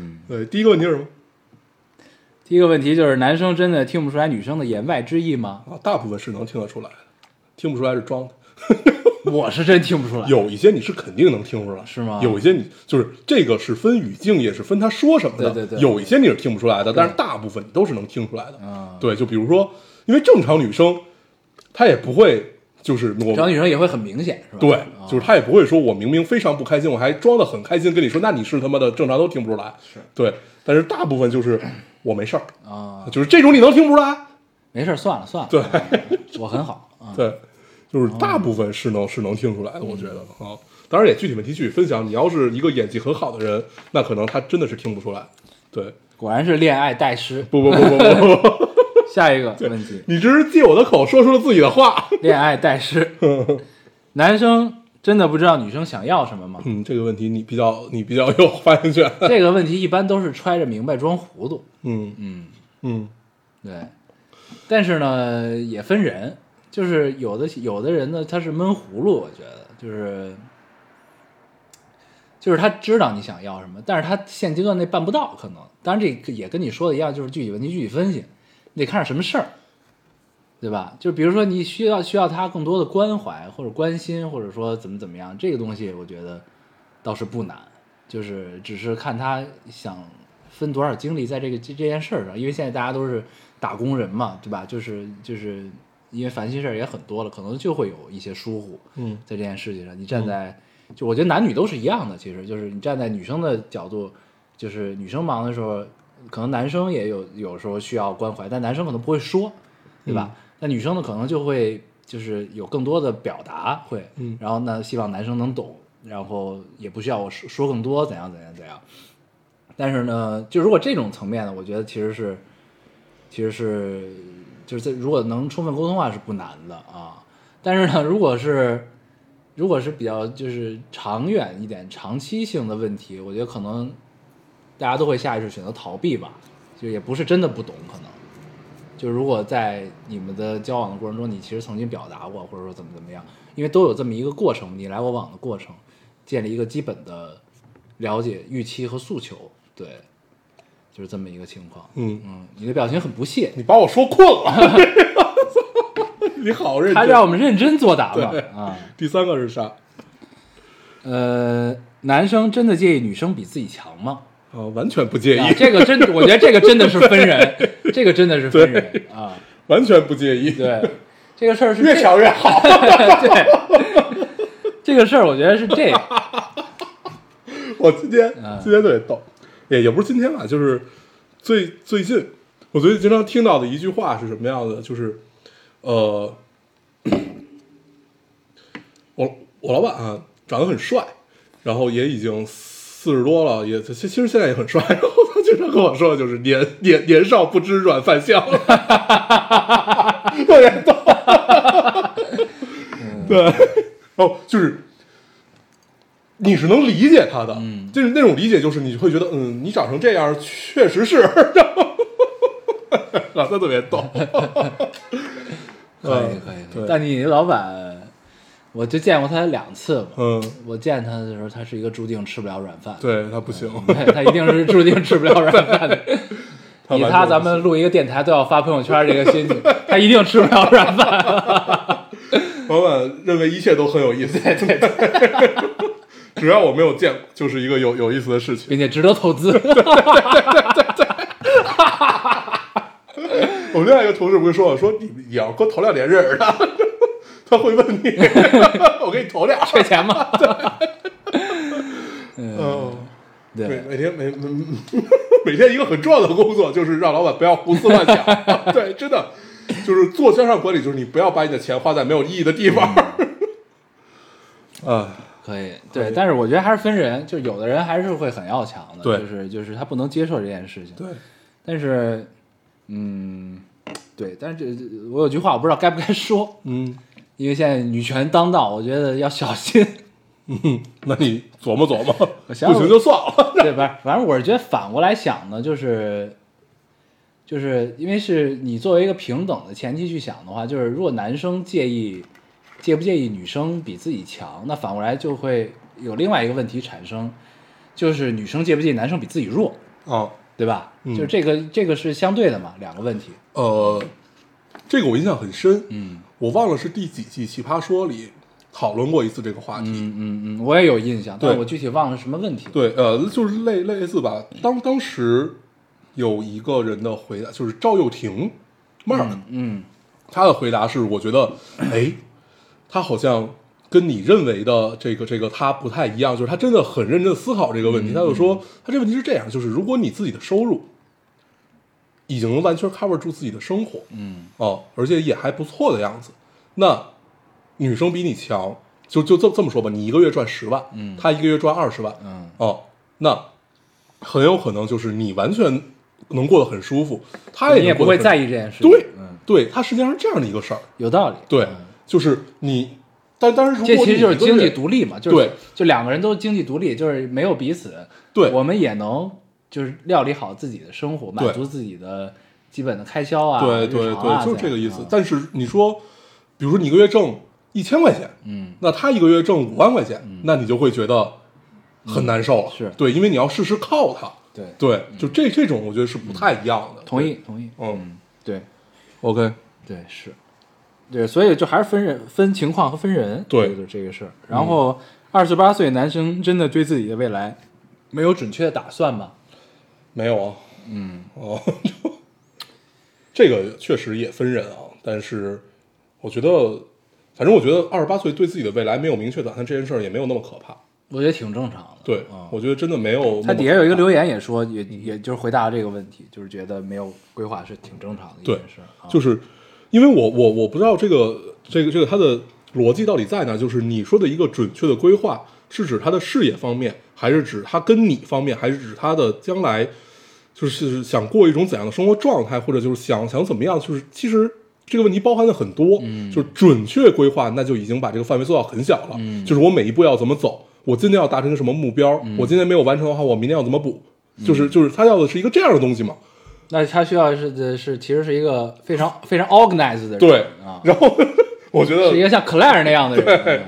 嗯
对，第一个问题是什么？
第一个问题就是，男生真的听不出来女生的言外之意吗？
啊，大部分是能听得出来的，听不出来是装的。
我是真听不出来。
有一些你是肯定能听出来，
是吗
有一些你就是这个是分语境，也是分他说什么的。
对对对
有一些你是听不出来的，但是大部分你都是能听出来的。
嗯
对，就比如说，因为正常女生她也不会就是挪
这样女生也会很明显，是吧？哦
对，就是他也不会说我明明非常不开心，我还装得很开心跟你说，那你是他妈的正常都听不出来。是对，但是大部分就是我没事儿，
啊，
就是这种你能听不出来。
没事儿，算了算了。
对
我很好啊。
对，就是大部分是能是能听出来的，我觉得啊。当然也具体问题具体分享，你要是一个演技很好的人，那可能他真的是听不出来。对，
果然是恋爱代师。
不不不不不不不，
下一个问 题，
你这是借我的口说出了自己的话。
恋爱代师，男生真的不知道女生想要什么 吗？
嗯，这个问题你比较你比较有发言权。
这个问题一般都是揣着明白装糊涂。
嗯嗯嗯，
对，但是呢，也分人，就是有的有的人呢，他是闷葫芦，我觉得就是就是他知道你想要什么，但是他现阶段内办不到，可能。当然，这个也跟你说的一样，就是具体问题具体分析，你得看是什么事儿，对吧？就比如说你需要需要他更多的关怀或者关心，或者说怎么怎么样，这个东西我觉得倒是不难，就是只是看他想分多少精力在这个这这件事儿上，因为现在大家都是打工人嘛，对吧？就是就是因为烦心事儿也很多了，可能就会有一些疏忽。
嗯，
在这件事情上，你站在、就我觉得男女都是一样的，其实就是你站在女生的角度，就是女生忙的时候，可能男生也有有时候需要关怀，但男生可能不会说，对吧？但女生呢，可能就会就是有更多的表达会，
嗯
然后呢，希望男生能懂，然后也不需要我说说更多，怎样怎样怎样。但是呢，就如果这种层面呢，我觉得其实是，其实是就是在如果能充分沟通的话是不难的啊。但是呢，如果是如果是比较就是长远一点、长期性的问题，我觉得可能大家都会下意识选择逃避吧，就也不是真的不懂，可能就如果在你们的交往的过程中，你其实曾经表达过，或者说怎么怎么样，因为都有这么一个过程，你来我往的过程，建立一个基本的了解、预期和诉求，对，就是这么一个情况。
嗯
嗯，你的表情很不屑，
你把我说困了。 你好认
他
真。
让我们认真作答嘛
对
啊。
第三个是啥？
呃，男生真的介意女生比自己强吗？
啊，完全不介
啊
意，
这个真，我觉得这个真的是分人，这个真的是分人啊。
完全不介意，
对，这个事儿是
越
这
强越好。
对，这个事儿我觉得是这样。
我今天
嗯
今天特别逗，也也不是今天吧，就是最最近，我最近经常听到的一句话是什么样的？就是呃，我我老板啊长得很帅，然后也已经四四十多了，也其其实现在也很帅。然后他经常跟我说，就是年年年少不知软饭香，特别逗。 对，哦，就是你是能理解他的，嗯，就是那种理解，就是你会觉得，嗯，你长成这样确实是，然后 然后他特别逗。
可以
嗯
可以可以。
对，
但你老板，我就见过他两次嘛。
嗯，
我见他的时候，他是一个注定吃不了软饭，
对他不行，
对，他一定是注定吃不了软饭的。
他
以
完
他
全
咱
不行
们录一个电台都要发朋友圈这个心情，他一定吃不了软饭。
老板认为一切都很有意思，对对对， 只要我没有见过，就是一个有有意思的事情。
并且值得投资。
我们另外一个同事不是说我说你也要给我投两年认识他，他会问你， 我给你投俩。
缺钱吗？
嗯，每
对，
每天每 每每天一个很重要的工作就是让老板不要胡思乱 想，对，真的就是做向上管理，就是你不要把你的钱花在没有意义的地方。
嗯
啊，
可以，对，但是我觉得还是分人，就是有的人还是会很要强的，
对
就是就是他不能接受这件事情，
对，
但是，嗯，对，但是这这我有句话我不知道该不该说，
嗯，
因为现在女权当道，我觉得要小心，
嗯，那你琢磨琢磨，不
我想想
行就算了。
对吧？反正我是觉得反过来想呢，就是，就是因为是你作为一个平等的前提去想的话，就是如果男生介意介不介意女生比自己强，那反过来就会有另外一个问题产生，就是女生介不介意男生比自己弱，
啊，
对吧？
嗯
就是这个这个是相对的嘛，两个问题。
呃，这个我印象很深，
嗯
我忘了是第几季《奇葩说》里讨论过一次这个话题。
嗯嗯嗯，我也有印象，但
对
我具体忘了什么问题了。
对，呃，就是类类似吧。当当时有一个人的回答，就是赵又廷 Mark，、
嗯
他的回答是，我觉得，哎，他好像跟你认为的这个这个他不太一样，就是他真的很认真的思考这个
嗯
问题。他就说，他这问题是这样，就是如果你自己的收入已经能完全 cover 住自己的生活，
嗯，
哦，而且也还不错的样子，那女生比你强，就就这这么说吧，你一个月赚十万，
嗯
他一个月赚二十万，
嗯
哦，那很有可能就是你完全能过得很舒服，他也
你也
能
不
过
会
得很
在意这件事情。
对
嗯，
对，它实际上是这样的一个事儿。
有道理。
对，
嗯
就是你，但但是如
这
果
其实就是
你一个
经济
人
独立嘛，就是
对
就两个人都经济独立，就是没有彼此，
对
我们也能就是料理好自己的生活，
对
满足自己的基本的开销啊，
对
日
对
常啊
对，就是这个意思
样。
但是你说，比如说你一个月挣一千块钱，
嗯，
那他一个月挣五万块钱，那你就会觉得很难受了。
嗯是
对，因为你要事事靠他。
对，
对，就这这种我觉得是不太一样的。
同意同意，
嗯
对
，OK，
对是，对，所以就还是分人分情况和分人，
对嗯
就是这个事儿。然后二十八岁男生真的对自己的未来没有准确的打算吗？
没有啊。嗯，哦， 这个确实也分人啊，但是我觉得，反正我觉得二十八岁对自己的未来没有明确打算这件事儿也没有那么可怕。
我觉得挺正常的。
对，
嗯
我觉得真的没有。
他底下有一个，留言也说，也也就是回答了这个问题，就是觉得没有规划是挺正常的一件
对
事儿啊。
就是因为我我我不知道这个这个这个他的逻辑到底在哪，就是你说的一个准确的规划，是指他的事业方面，还是指他跟你方面，还是指他的将来，就是想过一种怎样的生活状态，或者就是想想怎么样，就是其实。这个问题包含的很多，
嗯
就是准确规划，那就已经把这个范围做到很小了。
嗯
就是我每一步要怎么走，我今天要达成一个什么目标，我今天没有完成的话，我明天要怎么补，
嗯
就是就是他要的是一个这样的东西嘛。
那他需要是的是其实是一个非常非常 organized 的人，
对
啊，
然后 我觉得
是一个像 Claire 那样的人。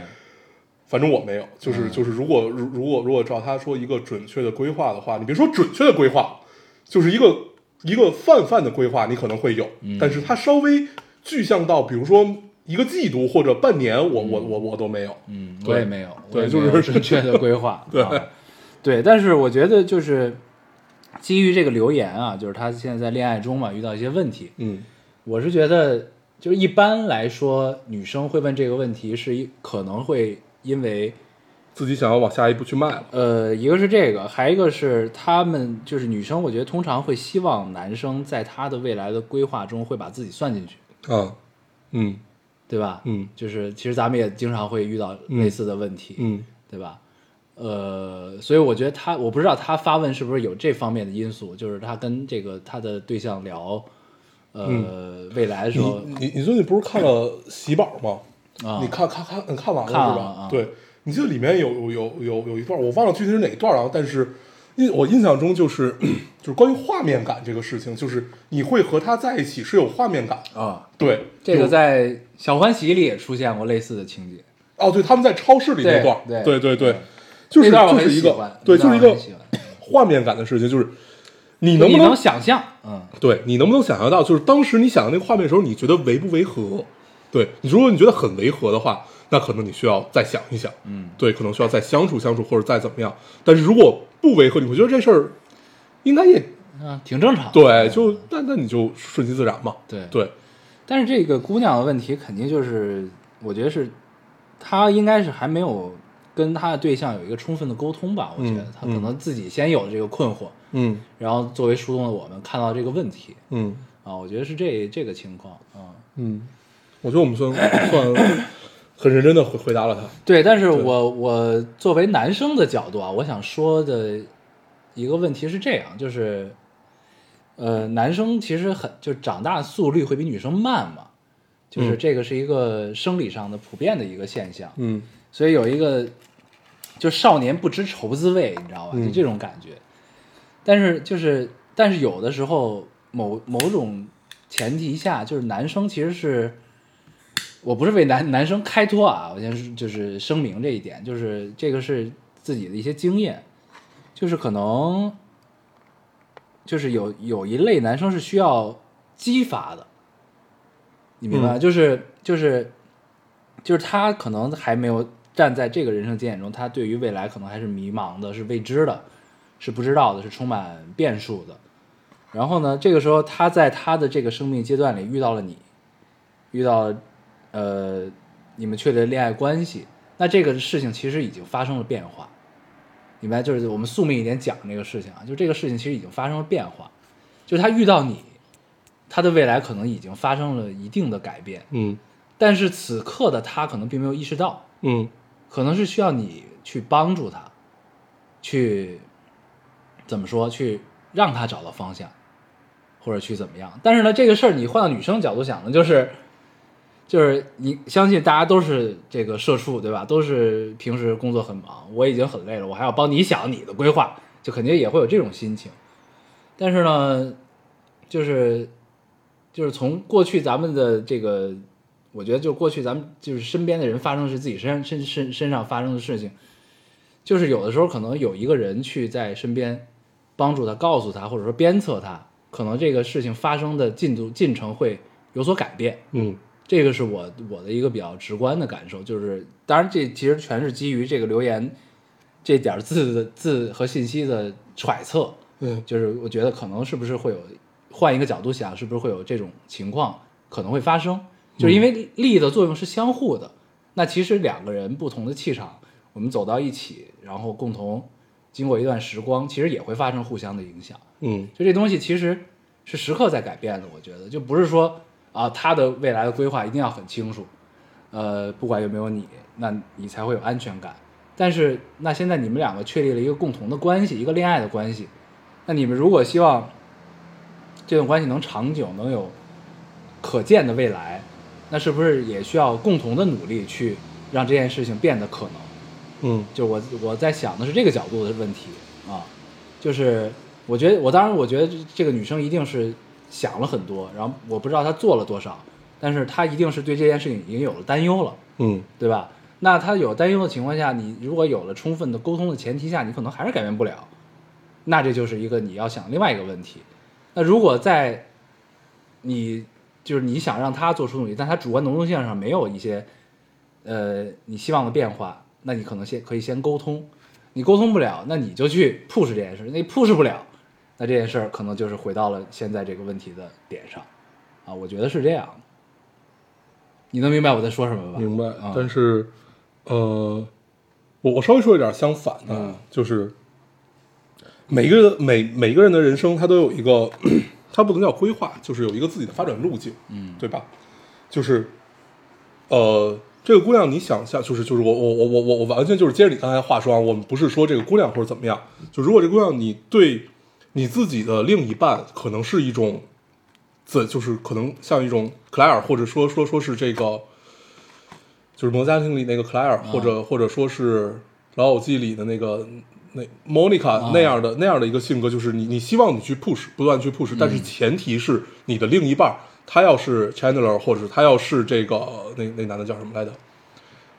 反正我没有，就是就是如果如如果如果照他说一个准确的规划的话，你别说准确的规划，就是一个一个泛泛的规划，你可能会有，但是它稍微具象到，比如说一个季度或者半年，我我我我都没有，
嗯，
对
我也没有，
对
我也
就
没
是
有准确的规划。
对
啊对，但是我觉得就是基于这个留言啊，就是他现在在恋爱中嘛遇到一些问题，
嗯
我是觉得，就是一般来说，女生会问这个问题是一可能会因为
自己想要往下一步去迈了，
呃，一个是这个，还一个是他们就是女生，我觉得通常会希望男生在他的未来的规划中会把自己算进去，
啊，嗯
对吧？
嗯
就是其实咱们也经常会遇到类似的问题，
嗯
对吧？呃，对，所以我觉得他，我不知道他发问是不是有这方面的因素，就是他跟这个他的对象聊，呃，未来的时候，
你你你最近不是看了《喜宝》吗？
啊
你看看看看完了
看
是吧？
了啊
对，你记得里面有有有有有一段，我忘了具体是哪一段了、但是印我印象中就是就是关于画面感这个事情，就是你会和他在一起是有画面感。
啊，
对，
这个
有
在《小欢喜》里也出现过类似的情节，
哦，对，他们在超市里那段，
对
对
对
对对，就是
那段我
就
很
是一
喜欢
个，对，
那段
就是一
我
个
很喜欢
画面感的事情，就是你
你
能不能
能想象，嗯，
对你能不能想象到，就是当时你想的那个画面的时候，你觉得违不违和？对你，如果你觉得很违和的话，那可能你需要再想一想，嗯，对，可能需要再相处相处，或者再怎么样。但是如果不违和，你会觉得这事儿应该也
嗯，挺正常。
对，就那那你就顺其自然嘛，
对
对，
但是这个姑娘的问题肯定就是，我觉得是，她应该是还没有跟她的对象有一个充分的沟通吧。我觉得
嗯
她可能自己先有了这个困惑，
嗯
然后作为树洞的我们看到这个问题
嗯
啊，我觉得是这这个情况啊。
嗯，我觉得我们算算很认真的回回答了他，
对，但是我我作为男生的角度啊，我想说的一个问题是这样，就是，呃，男生其实很就长大速率会比女生慢嘛，就是
嗯
这个是一个生理上的普遍的一个现象。
嗯
所以有一个就少年不知愁滋味，你知道吧？
嗯
就这种感觉。但是就是，但是有的时候某某种前提下，就是男生其实是，我不是为男男生开脱啊，我先是就是声明这一点，就是这个是自己的一些经验，就是可能就是有有一类男生是需要激发的，你明白吗？就是就是就是他可能还没有站在这个人生节点中，他对于未来可能还是迷茫的，是未知的，是不知道的，是充满变数的。然后呢，这个时候他在他的这个生命阶段里遇到了你，遇到了呃你们确立了恋爱关系，那这个事情其实已经发生了变化。明白，就是我们宿命一点讲这个事情啊，就这个事情其实已经发生了变化，就是他遇到你，他的未来可能已经发生了一定的改变，
嗯
但是此刻的他可能并没有意识到，
嗯
可能是需要你去帮助他，去怎么说，去让他找到方向，或者去怎么样。但是呢，这个事儿你换到女生角度想呢，就是就是你相信大家都是这个社畜，对吧？都是平时工作很忙，我已经很累了，我还要帮你想你的规划，就肯定也会有这种心情。但是呢，就是就是从过去咱们的这个，我觉得就过去咱们就是身边的人发生的是自己身上身身身上发生的事情，就是有的时候可能有一个人去在身边帮助他、告诉他，或者说鞭策他，可能这个事情发生的进度进程会有所改变。
嗯
这个是我我的一个比较直观的感受，就是当然这其实全是基于这个留言这点儿字的字和信息的揣测，
嗯
就是我觉得可能是不是会有换一个角度想，是不是会有这种情况可能会发生？就是因为力的作用是相互的，那其实两个人不同的气场，我们走到一起，然后共同经过一段时光，其实也会发生互相的影响。
嗯
就这东西其实是时刻在改变的，我觉得就不是说啊他的未来的规划一定要很清楚，呃，不管有没有你，那你才会有安全感。但是那现在你们两个确立了一个共同的关系，一个恋爱的关系，那你们如果希望这段关系能长久，能有可见的未来，那是不是也需要共同的努力去让这件事情变得可能？
嗯
就我我在想的是这个角度的问题啊，就是我觉得我当然我觉得这这个女生一定是想了很多，然后我不知道她做了多少，但是她一定是对这件事情已经有了担忧了，
嗯
对吧？那她有担忧的情况下，你如果有了充分的沟通的前提下，你可能还是改变不了，那这就是一个你要想另外一个问题。那如果在你就是你想让她做出努力，但她主观能动性上没有一些呃你希望的变化，那你可能先可以先沟通，你沟通不了，那你就去 push 这件事，那 push 不了，那这件事儿可能就是回到了现在这个问题的点上，啊，我觉得是这样。你能明白我在说什么吧？
明白，
啊、
但是，呃，我我稍微说一点相反的，
嗯
就是每个人每每个人的人生，他都有一个， 他不能叫规划，就是有一个自己的发展路径，嗯，对吧？就是，呃，这个姑娘，你想一下，就是就是我我我我我我完全就是接着你刚才话说啊，我们不是说这个姑娘或者怎么样，就如果这姑娘你对你自己的另一半可能是一种，这就是可能像一种克莱尔，或者说说说是这个，就是《魔家庭》里那个克莱尔，或者或者说是《老友记》里的那个那 Monica 那样的、那样的一个性格，就是你你希望你去 push，不断去 push，但是前提是你的另一半。他要是 Chandler，或者是他要是这个那那男的叫什么来着？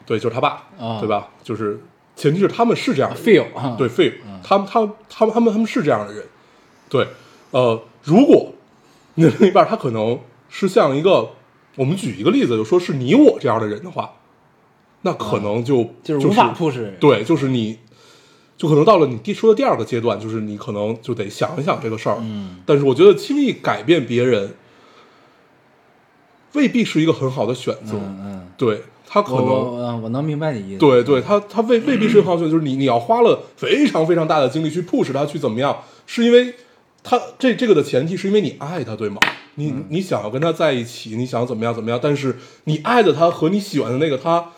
对，就是他爸，
啊
对吧？就是前提是他们是这样的人
feel 啊
对 feel，、他们他们他们他们他们是这样的人，对，呃，如果你的另一半他可能是像一个，我们举一个例子，就说是你我这样的人的话，那可能就、
嗯就是是无法 push
对，就是你，就可能到了你弟说的第二个阶段，就是你可能就得想一想这个事儿。嗯，但是我觉得轻易改变别人，未必是一个很好的选择。
嗯，
对他可
我
能，
我嗯我能明白你意思。
对对，他他未未必是一个很好的选择，就是你你要花了非常非常大的精力去 push 他去怎么样，是因为他这这个的前提是因为你爱他，对吗？你你想要跟他在一起，你想怎么样怎么样，但是你爱的他和你喜欢的那个他。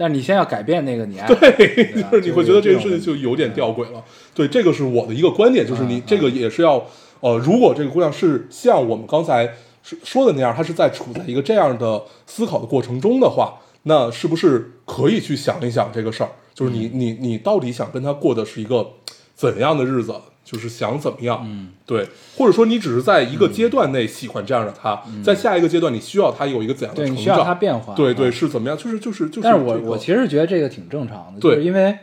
但是你先要改变那个你爱，
对，
吧
就是你会觉得这个事情
啊就
就有点吊诡了。对，这个是我的一个观点，就是
嗯
你这个也是要，呃，如果这个姑娘是像我们刚才是说的那样，她是在处在一个这样的思考的过程中的话，那是不是可以去想一想这个事儿？就是你
嗯
你你到底想跟她过的是一个怎样的日子？就是想怎么样，嗯，对，或者说你只是在
嗯
一个阶段内喜欢这样的她，在下一个阶段你需要她有一个怎样的
对
成
你
长？
需要它变化。
对对
嗯
是怎么样？就是就是就是这个、
但是我我其实觉得这个挺正常的，
对
就是因为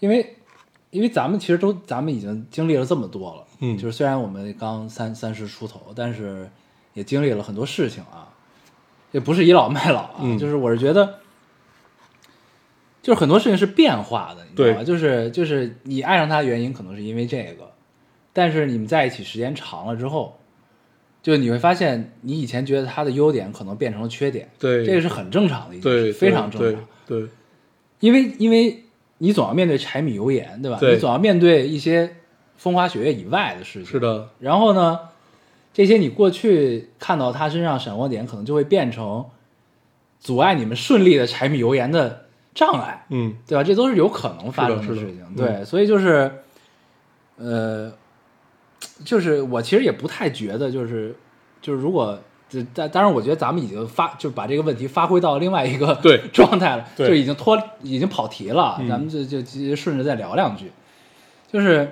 因为因为咱们其实都咱们已经经历了这么多了，
嗯
就是虽然我们刚三三十出头，但是也经历了很多事情啊，也不是倚老卖老啊，
嗯
就是我是觉得。就是很多事情是变化的，你知道
对
吗？就是就是你爱上他的原因可能是因为这个，但是你们在一起时间长了之后，就你会发现你以前觉得他的优点可能变成了缺点，
对
这个是很正常的一件事，
对
非常正
对
常。
对对
因为因为你总要面对柴米油盐，对吧？
对
你总要面对一些风花雪月以外的事情。
是。的，
然后呢，这些你过去看到他身上闪光点，可能就会变成阻碍你们顺利的柴米油盐的障碍，
嗯，
对吧？这都是有可能发生
是的是的
事情。
嗯
对，所以就是，呃，就是我其实也不太觉得，就是就是如果。这但当然，我觉得咱们已经发就把这个问题发挥到另外一个
对
状态了，
对
就已经脱已经跑题了。
嗯
咱们就就直接顺着再聊两句，就是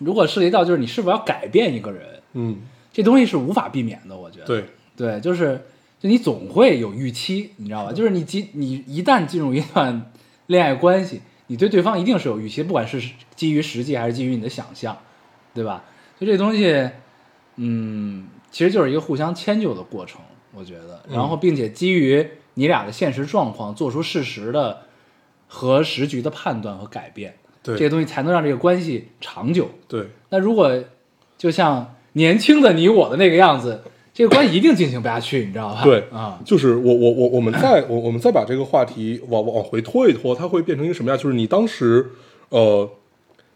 如果涉及到就是你是否要改变一个人，
嗯，
这东西是无法避免的。我觉得
对，
对，就是就你总会有预期，你知道吧？就是你进你一旦进入一段恋爱关系，你对对方一定是有预期，不管是基于实际还是基于你的想象，对吧？所以这东西，嗯，其实就是一个互相迁就的过程，我觉得。然后，并且基于你俩的现实状况，做出适时的和时局的判断和改变，
对
这些东西才能让这个关系长久。
对，
那如果就像年轻的你我的那个样子，这个关系一定进行不下去，你知道吧？
对
啊，
就是我我我我们再我我们再把这个话题往往回拖一拖，它会变成一个什么样？就是你当时，呃，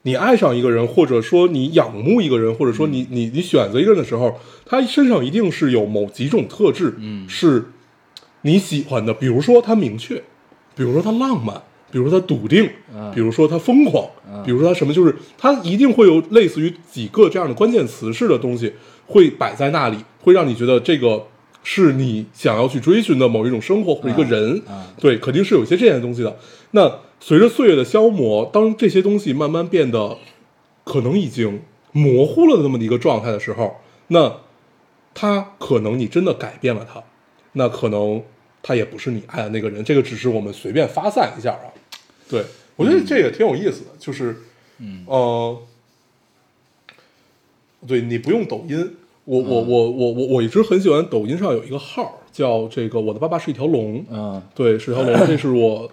你爱上一个人，或者说你仰慕一个人，或者说
嗯
你你你选择一个人的时候，他身上一定是有某几种特质，嗯，是你喜欢的，比如说他明确，比如说他浪漫，比如说他笃定，比如说他疯狂，比如说他什么，就是他一定会有类似于几个这样的关键词式的东西会摆在那里，会让你觉得这个是你想要去追寻的某一种生活或者一个人，对，肯定是有一些这样的东西的。那随着岁月的消磨，当这些东西慢慢变得可能已经模糊了那么的一个状态的时候，那他可能你真的改变了他，那可能他也不是你爱的那个人，这个只是我们随便发散一下啊。对，我觉得这也挺有意思的，就是，嗯，呃，对你不用抖音，我我我我我我一直很喜欢抖音上有一个号儿叫这个我的爸爸是一条龙，
嗯
对，是条龙，这是我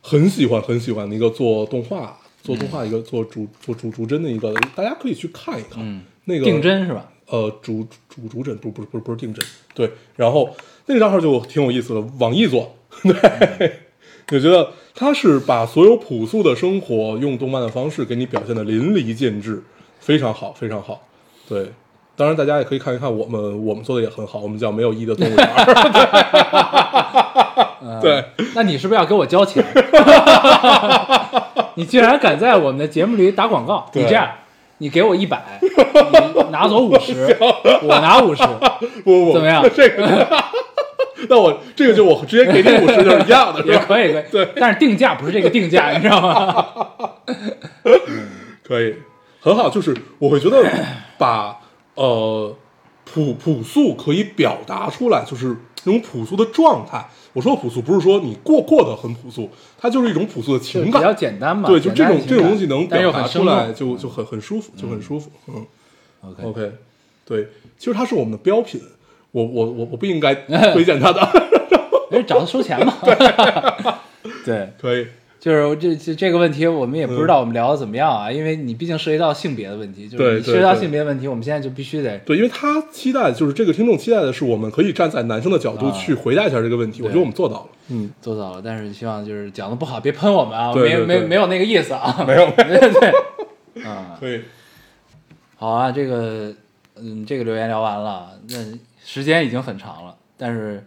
很喜欢很喜欢的一个做动画。做动画一个做竹做竹竹针的一个，大家可以去看一看。嗯，那个
定真是吧？
呃主主主诊不不不不是定诊，对，然后那张号就挺有意思的，网易做，对，我觉得他是把所有朴素的生活用动漫的方式给你表现的淋漓尽致，非常好，非常好，对。当然，大家也 可以看一看我们，我们做的也很好，我们叫没有意义的动物园儿。
呃
对，
那你是不是要给我交 钱？你竟然敢在我们的节目里打广告！你
对
这样，你给我一 百，你拿走五十，我拿五十，
不不，
怎么样
这个， 那我这个就我直接给你五十就是一样的，是
也
吧？
可以，可以。
对
但是定价不是这个定价，你知道 吗？
可以，很好，就是我会觉得把呃朴朴素可以表达出来，就是那种朴素的状态。我说的朴素不是说你过过得很朴素，它就是一种朴素的
就是
情
比
感，
较简单嘛。
对，就
简
这
单
种
的情
这种
感
东西能
但
表
又
达
很
出
生
来
动。
就，就很很舒服，就很舒服。嗯
OK，
，OK，对，其实它是我们的标品，我我我我不 应该推荐它的，
哎，找他收钱嘛。 对，
可以，
就是这这这个问题，我们也不知道我们聊的怎么样啊，因为你毕竟涉及到性别的问题，就
嗯对
是
对
你涉及到
对
性别问题，我们现在就必须得
对，因为他期待就是这个听众期待的是，我们可以站在男生的
啊
角度去回答一下这个问题。我觉得我们做到了。嗯，
做到了，但是希望就是讲的不好，别喷我们啊，
对对
没
对
没没有那个意思啊，
没有
对，
可以，
好啊，这个嗯，这个留言聊完了，那时间已经很长了，但是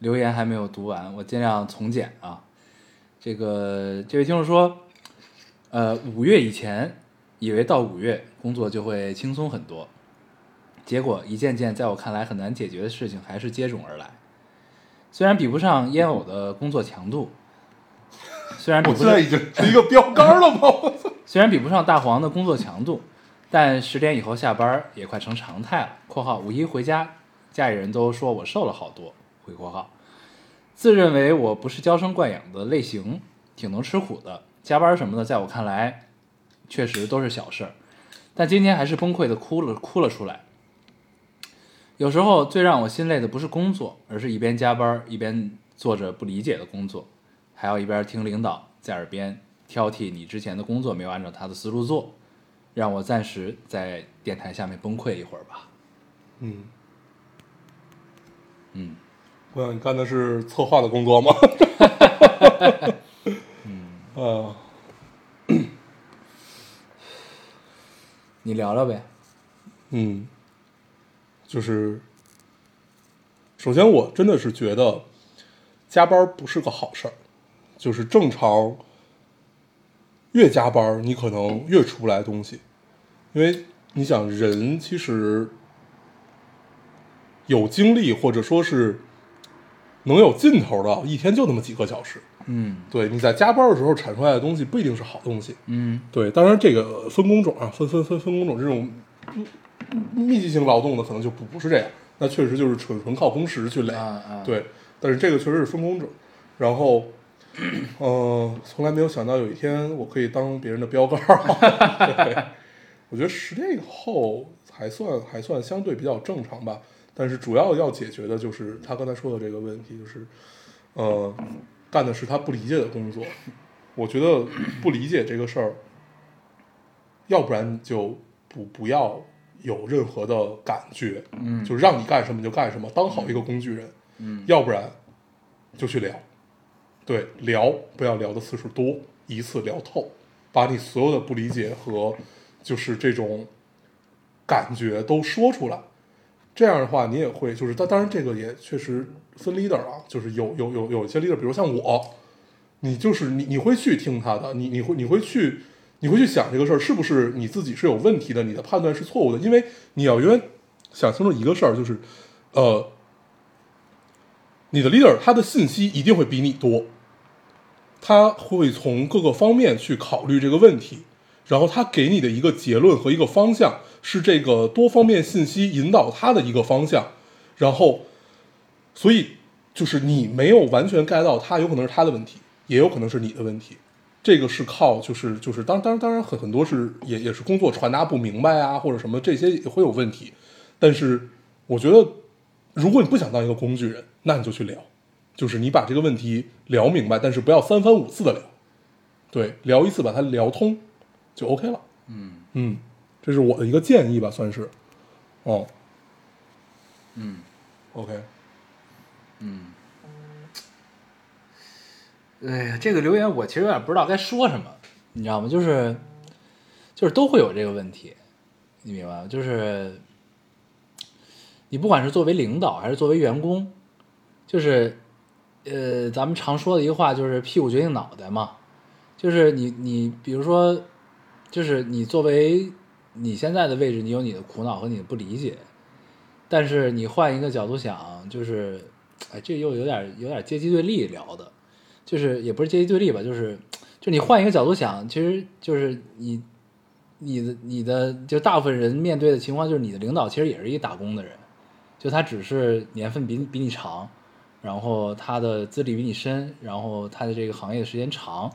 留言还没有读完，我尽量从简啊。这个这位听众说，呃，五月以前以为到五月工作就会轻松很多，结果一件件在我看来很难解决的事情还是接踵而来。虽然比不上烟偶的工作强度，虽然比
我
不
现
上
在已经 是一个标杆了吗？我操！
虽然比不上大黄的工作强度，但十点以后下班也快成常态了。（括号五一回家，家里人都说我瘦了好多。）回括号，自认为我不是娇生惯养的类型，挺能吃苦的。加班什么的，在我看来，确实都是小事儿，但今天还是崩溃的哭了哭了出来。有时候最让我心累的不是工作，而是一边加班一边做着不理解的工作，还要一边听领导在耳边挑剔你之前的工作没有按照他的思路做，让我暂时在电台下面崩溃一会儿吧。
嗯
嗯，
我想你干的是策划的工 作吗？嗯，啊，
你聊聊呗。
嗯，就是，首先我真的是觉得加班不是个好事儿，就是正常越加班儿你可能越出不来东西，因为你想人其实有精力或者说是能有劲头的，一天就那么几个小时。
嗯
对，你在加班的时候产出来的东西不一定是好东西，
嗯
对，当然这个分工种啊，分分分分工种这种密集性劳动的可能就不不是这样，那确实就是纯纯靠工时去垒，
啊啊，，
对，但是这个确实是分工种，然后，呃，从来没有想到有一天我可以当别人的标杆儿， 对，我觉得十年以后还算还算相对比较正常吧，但是主要要解决的就是他刚才说的这个问题，就是，呃，干的是他不理解的工作，我觉得不理解这个事儿，要不然你就不不要有任何的感觉，嗯，就是让你干什么你就干什么，当好一个工具人，嗯，要不然就去聊，对，聊不要聊的次数多，一次聊透，把你所有的不理解和就是这种感觉都说出来。这样的话，你也会就是，当当然这个也确实分 leader 啊，就是有有有有一些 leader，比如像我，你就是你你会去听他的，你你会你会去你会去想这个事儿是不是你自己是有问题的，你的判断是错误的，因为你要永远想清楚一个事儿，就是呃，你的 leader 他的信息一定会比你多，他会从各个方面去考虑这个问题，然后他给你的一个结论和一个方向是这个多方面信息引导他的一个方向，然后所以就是你没有完全 get 到他，有可能是他的问题，也有可能是你的问题。这个是靠就是就是当当当然很很多是也也是工作传达不明白啊或者什么这些也会有问题，但是我觉得如果你不想当一个工具人，那你就去聊，就是你把这个问题聊明白，但是不要三番五次的聊，对，聊一次把它聊通就 OK 了。嗯嗯，这是我的一个建议吧，算是。哦，嗯，OK，
嗯哎呀，这个留言我其实有点不知道该说什么，你知道吗？就是就是都会有这个问题，你明白吗？就是你不管是作为领导还是作为员工，就是呃，咱们常说的一个话就是屁股决定脑袋嘛，就是你你比如说，就是你作为你现在的位置，你有你的苦恼和你的不理解，但是你换一个角度想，就是，哎，这又有点有点阶级对立聊的，就是也不是阶级对立吧，就是就你换一个角度想，其实就是你你的你的就大部分人面对的情况就是你的领导其实也是一打工的人，就他只是年份比你比你长，然后他的资历比你深，然后他的这个行业的时间长，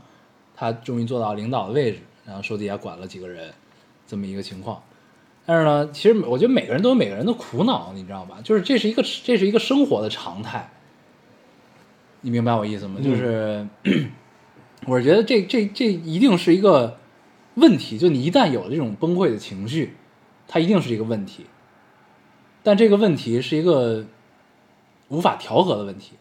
他终于做到领导的位置，然后手底下管了几个人，这么一个情况。但是呢，其实我觉得每个人都有每个人的苦恼，你知道吧？就是这是一个这是一个生活的常态，你明白我意思吗？就是、 我觉得这这这一定是一个问题，就你一旦有这种崩溃的情绪，它一定是一个问题。但这个问题是一个无法调和的问题。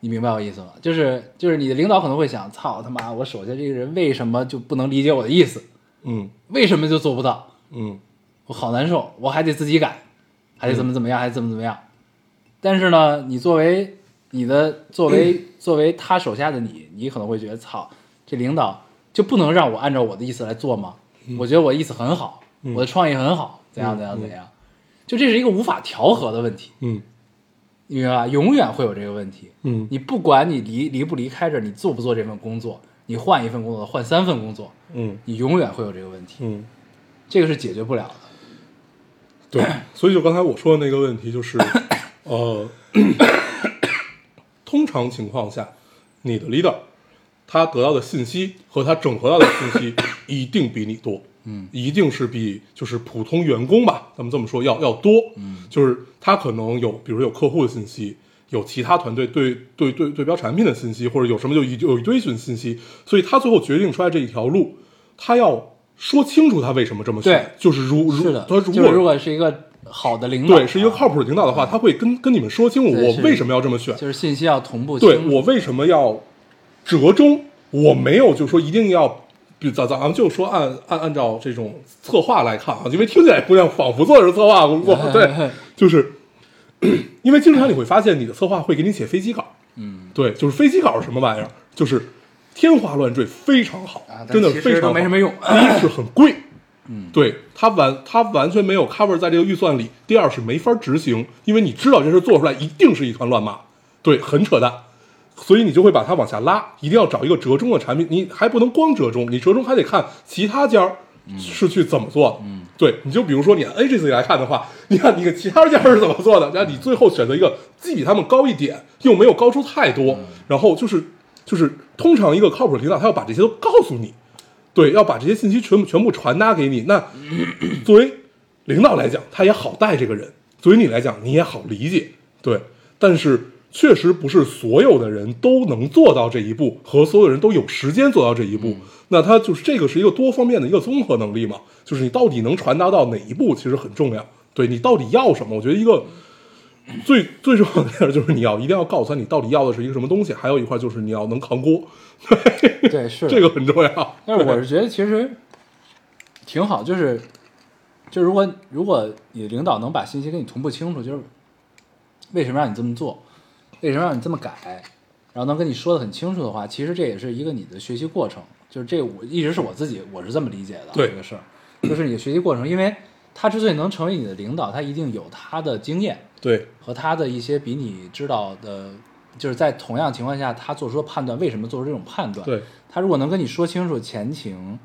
你明白我意思吗？就是就是你的领导可能会想，操他妈，我手下这个人为什么就不能理解我的意思？
嗯
为什么就做不到？
嗯
我好难受，我还得自己改，还得怎么怎么样，还得怎么怎么样。但是呢，你作为你的作为作为他手下的你，你可能会觉得，操，这领导就不能让我按照我的意思来做吗？我觉得我的意思很好，我的创意很好，怎样怎样怎样，就这是一个无法调和的问题，
嗯
你明白吧？永远会有这个问题。
嗯
你不管你离离不离开这儿，你做不做这份工作，你换一份工作，换三份工作，
嗯
你永远会有这个问题，
嗯，
这个是解决不了的。
对，所以就刚才我说的那个问题，就是呃，通常情况下，你的 leader 他得到的信息和他整合到的信息一定比你多，嗯，一定是比就是普通员工吧，咱们这么说要要多，嗯，就是他可能有，比如有客户的信息。有其他团队对对对对标产品的信息，或者有什么就一有一堆群信息，所以他最后决定出来这一条路，他要说清楚他为什么这么选
对，
就是如如
是的，
他
就是如果是一个好的领导，啊
对，是一个靠
谱，
谱的领导的话，他会跟跟你们说清楚
嗯对
我
是
为什么要这么选，
就是信息要同步清
对
楚。
我为什么要折中，我没有就说一定要。比咱咱们就说按按按照这种策划来看啊，因为听起来不像仿佛做的是策划 工作，对，就是 因为经常你会发现你的策划会给你写飞机稿，嗯，对，就是飞机稿是什么玩意儿，就是天花乱坠，非常好，
啊，但
真的
其实
非常
都
好
没什么 用。
第一是很贵，嗯，对，它完它完全没有 cover 在这个预算里。第二是没法执行，因为你知道这事做出来一定是一团乱麻，对，很扯淡，所以你就会把它往下拉，一定要找一个折中的产品，你还不能光折中，你折中还得看其他家儿是去怎么做的，嗯，对，你就比如说你按 agency 来看的话，你看你其他家儿是怎么做的，然后你最后选择一个既比他们高一点，又没有高出太多，然后就是就是通常一个靠谱的领导，他要把这些都告诉你，对，要把这些信息全部全部传达给你。那作为领导来讲，他也好带这个人；作为你来讲，你也好理解。对，但是确实不是所有的人都能做到这一步，和所有人都有时间做到这一步。
嗯
那他就是这个是一个多方面的一个综合能力嘛，就是你到底能传达到哪一步，其实很重要。对你到底要什么？我觉得一个最最重要的点就是你要一定要告诉他你到底要的是一个什么东西。还有一块就是你要能扛锅，
对，是的
这个很重要。
但是我
对
是觉得其实挺好，就是就如果如果你领导能把信息给你同步清楚，就是为什么让你这么做，为什么让你这么改，然后能跟你说的很清楚的话，其实这也是一个你的学习过程。就是这我一直是我自己我是这么理解的啊
对
这个事儿，就是你的学习过程，因为他之所以能成为你的领导，他一定有他的经验，
对，
和他的一些比你知道的，就是在同样情况下，他做出的判断，为什么做出这种判断？
对，
他如果能跟你说清楚前情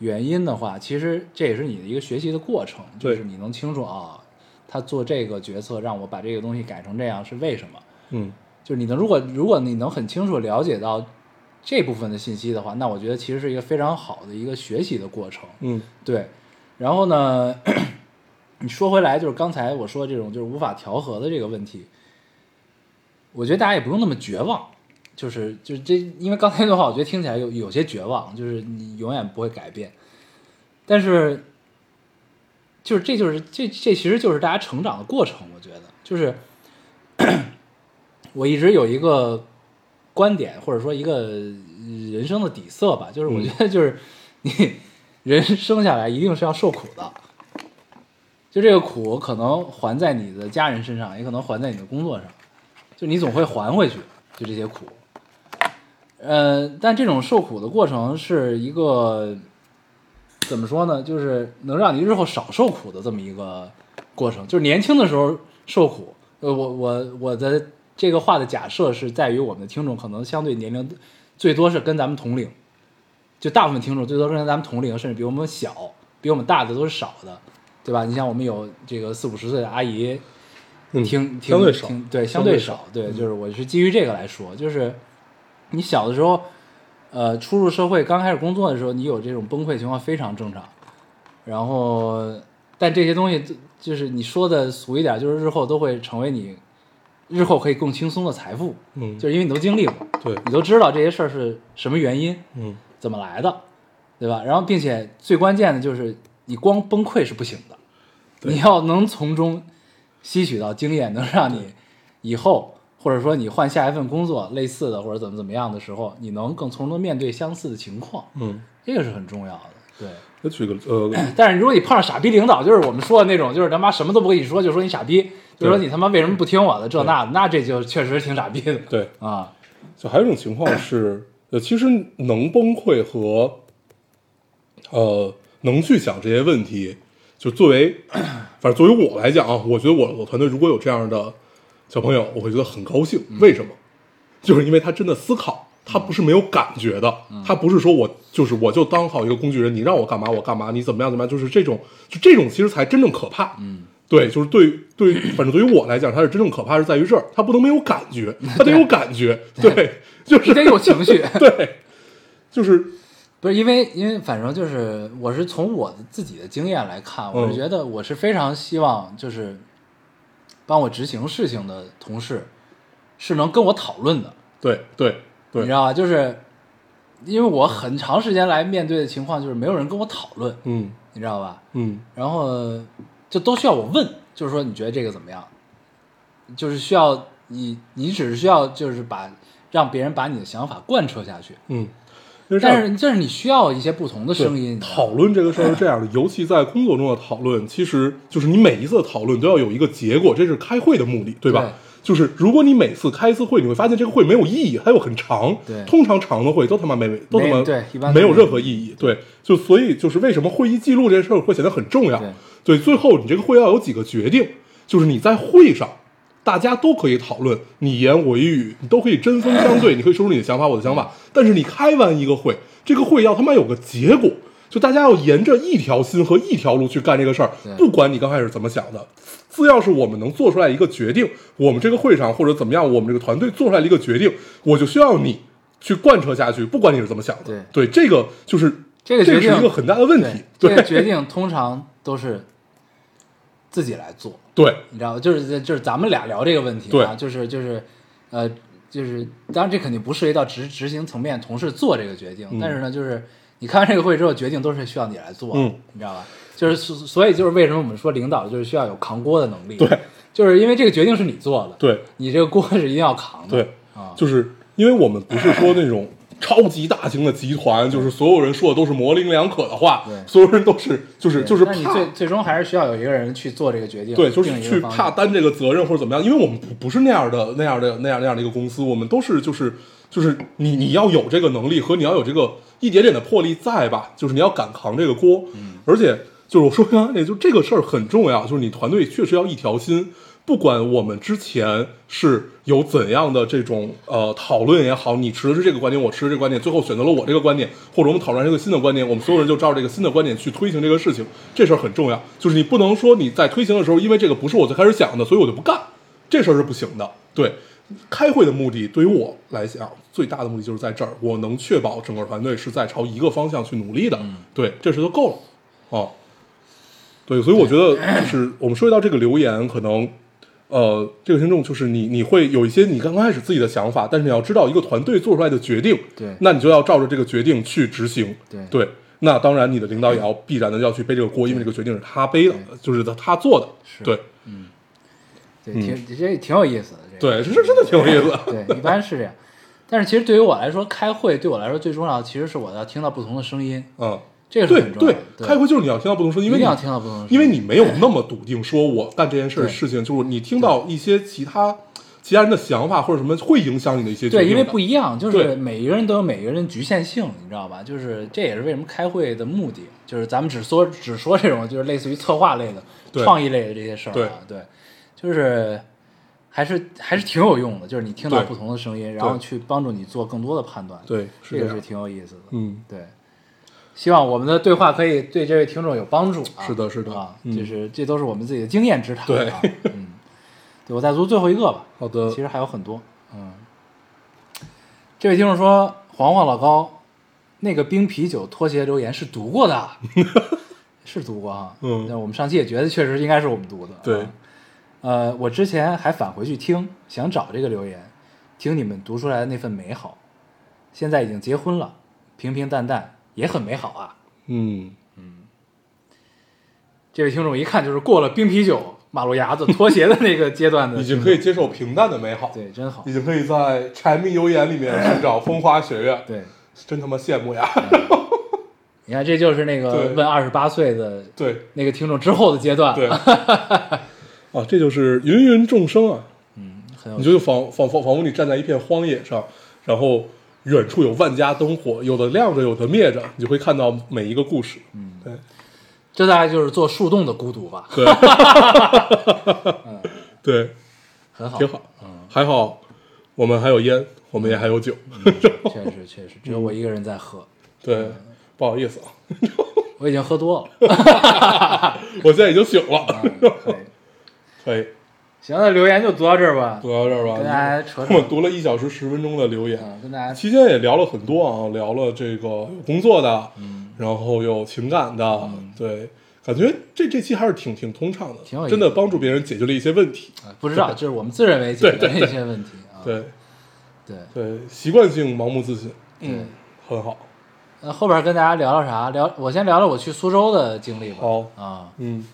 原因的话，其实这也是你的一个学习的过程，就
对
是你能清楚啊，他做这个决策让我把这个东西改成这样是为什么？
嗯，
就是你能如果如果你能很清楚地了解到这部分的信息的话，那我觉得其实是一个非常好的一个学习的过程。
嗯
对，然后呢， 你说回来，就是刚才我说这种就是无法调和的这个问题，我觉得大家也不用那么绝望，就是就是这，因为刚才的话，我觉得听起来有有些绝望，就是你永远不会改变，但是就是这就是这这其实就是大家成长的过程，我觉得就是 我一直有一个观点或者说一个呃人生的底色吧，就是我觉得就是你。人生下来一定是要受苦的，就这个苦可能还在你的家人身上，也可能还在你的工作上，就你总会还回去，就这些苦。呃，但这种受苦的过程是一个怎么说呢？就是能让你日后少受苦的这么一个过程。就是年轻的时候受苦，呃，我我我的这个话的假设是在于我们的听众可能相对年龄最多是跟咱们同龄，就大部分听众最多跟咱们同龄，甚至比我们小、比我们大的都是少的，对吧？你像我们有这个四五十岁的阿姨，
嗯，
挺挺
相对少，嗯
挺对，
相
对
对
少，对，就是我是基于这个来说，就是你小的时候，呃，初入社会刚开始工作的时候，你有这种崩溃情况非常正常。然后，但这些东西就就是你说的俗一点，就是日后都会成为你日后可以更轻松的财富，
嗯，
就是因为你都经历过，
对，
你都知道这些事儿是什么原因，
嗯，
怎么来的，对吧？然后，并且最关键的就是，你光崩溃是不行的，
对
你要能从中吸取到经验，能让你以后或者说你换下一份工作类似的或者怎么怎么样的时候，你能更从容面对相似的情况，
嗯，
这个是很重要的。对，
我举个呃，
但是如果你碰上傻逼领导，就是我们说的那种，就是他妈什么都不跟你说，就说你傻逼，就说
对
你他妈为什么不听我的这那的，那这就确实挺傻逼的
对，
啊。
就还有一种情况是，呃，其实能崩溃和呃能去想这些问题，就作为 反正作为我来讲啊，我觉得我我团队如果有这样的小朋友，我会觉得很高兴。为什么？就是因为他真的思考，他不是没有感觉的，
嗯
他不是说我就是我就当好一个工具人，你让我干嘛我干嘛，你怎么样怎么样，就是这种就这种其实才真正可怕。嗯。对，就是对对，反正对于我来讲，它是真正可怕是在于这儿，它不能没有感 觉，它得有感觉，对，就是
你得有情绪，
对，就是
不是因为，因为反正就是，我是从我的自己的经验来看，
嗯
我是觉得我是非常希望就是帮我执行事情的同事是能跟我讨论的，
对对
你知
对，
道吧？就是因为我很长时间来面对的情况就是没有人跟我讨论，
嗯
你知道吧？
嗯
然后就都需要我问，就是说你觉得这个怎么样？就是需要你，你只是需要就是把让别人把你的想法贯彻下去，
嗯，因为这样
但是就是你需要一些不同的
对
声音，你知道吗
讨论这个事儿是 这样的，尤其在工作中的讨论，其实就是你每一次的讨论都要有一个结果，这是开会的目的，对吧？
对
就是如果你每次开一次会，你会发现这个会没有意义，它又很长。
对
通常长的会都他妈没都他妈
没对一般都
没有
没
任何意义。对，就所以就是为什么会议记录这件事儿会显得很重要。对，最后你这个会要有几个决定，就是你在会上。大家都可以讨论，你一言我一语，你都可以针锋相对，你可以说出你的想法，我的想法。但是你开完一个会，这个会要他妈有个结果，就大家要沿着一条心和一条路去干这个事儿
对，
不管你刚开始怎么想的，只要是我们能做出来一个决定，我们这个会上或者怎么样，我们这个团队做出来了一个决定，我就需要你去贯彻下去，不管你是怎么想的。对，这个就是
这个决
是
定
一个很大的问题。
对这个
对
决定通常都是自己来做，
对
你知道吧？就是就是咱们俩聊这个问题啊，
对
就是就是呃就是，当然这肯定不涉及到执执行层面同事做这个决定，
嗯
但是呢，就是你开完这个会之后，决定都是需要你来做，
嗯
你知道吧？就是所所以就是为什么我们说领导就是需要有扛锅的能力，
对，
就是因为这个决定是你做的，
对
你这个锅是一定要扛的，
对
啊，
就是因为我们不是说那种超级大型的集团，就是所有人说的都是模棱两可的话
对，
所有人都是就是
对
就是
但你
怕
最最终还是需要有一个人去做这个决定，
对，就
定
是
一个
去
方向
怕担这个责任或者怎么样，因为我们不不是那样的那样的那样那样的一个公司，我们都是就是就是你你要有这个能力和你要有这个一点点的魄力在吧，就是你要敢扛这个锅，
嗯
而且就是我说刚才那 就这个事儿很重要，就是你团队确实要一条心。不管我们之前是有怎样的这种呃讨论也好，你持的是这个观点，我持的这个观点，最后选择了我这个观点，或者我们讨论这个新的观点，我们所有人就照这个新的观点去推行这个事情，这事儿很重要。就是你不能说你在推行的时候，因为这个不是我最开始想的，所以我就不干，这事儿是不行的。对，开会的目的对于我来讲，最大的目的就是在这儿，我能确保整个团队是在朝一个方向去努力的。对，这事就够了。哦，对，所以我觉得就是我们说到这个留言，可能呃，这个听众就是你，你会有一些你刚开始自己的想法，但是你要知道一个团队做出来的决定，
对
那你就要照着这个决定去执行，
对
那当然，你的领导也要必然的要去背这个锅，因为这个决定是他背的，就是他他做的，对
对，挺这挺有意思的。这个、
嗯对，这这真的挺有意思，
对一般是这样。但是其实对于我来说，开会对我来说最重要的其实是我要听到不同的声音，
嗯，
这个是
对
很重要
对
的。，对
开会就是你要听到不同声音，因为
一
你
定要听到不同的声音，
因为你没有那么笃定，说我干这件事儿
对
事情，就是你听到一些其他其他人的想法或者什么会影响你的一些决定
对，
的
因为不一样，就
对
是每一个人都有每一个人的局限性，你知道吧？就是这也是为什么开会的目的，就是咱们只说只说这种就是类似于策划类
对
的、创意类的这些事儿啊，对，就是还是还是挺有用的，就是你听到
对
不同的声音，然后去帮助你做更多的判断，，
对
这
是这
个
样
是挺有意思的，
嗯
对。希望我们的对话可以对这位听众有帮助啊！
是的是的
啊，
嗯
就是这都是我们自己的经验之谈
对
啊。嗯，对我再读最后一个吧。
好的
其实还有很多。嗯，这位听众说，黄黄老高，那个冰啤酒拖鞋留言是读过 的，是读过啊。
嗯
那我们上期也觉得确实应该是我们读的。
对。
呃，我之前还返回去听，想找这个留言，听你们读出来的那份美好。现在已经结婚了，平平淡淡也很美好啊。
嗯
这位听众一看就是过了冰啤酒、马路牙子、拖鞋的那个阶段 的
已
听
经
众，
可以接受平淡的美好，
对，真好
已，经可以在柴米油盐里面寻找风花雪 月，
对。
真他妈羡慕呀！
你看，这就是那个
对
问二十八岁的
对
那个听众之后的阶段，
对，，啊，这就是芸芸众生啊，
很
你
有
就仿仿仿仿佛你站在一片荒野上，然后远处有万家灯火，有的亮着，有的灭着，你就会看到每一个故事。嗯，对
这大概就是做树洞的孤独吧，
对，对，
很好，
挺好。还好我们还有烟，我们也还有酒。
确实确实，只有我一个人在喝，
对，不好意思啊，
我已经喝多了， 啊
我现在已经醒了。
可以
可以，
行，那留言就读到这儿吧，
读到这儿吧。
跟大家扯扯
我们读了一小时十分钟的留言，
嗯，跟大家
期间也聊了很多啊，聊了这个有工作的，
嗯
然后有情感的，对，感觉这这期还是挺挺通畅的，
挺有意思
真的帮助别人解决了一些问题。
啊不知道，这是我们自认为解决的一些问题啊，
对
对
对，习惯性盲目自信，
对，
很好。
那后边跟大家聊聊啥？聊我先聊聊我去苏州的经历吧，
好
啊，
嗯，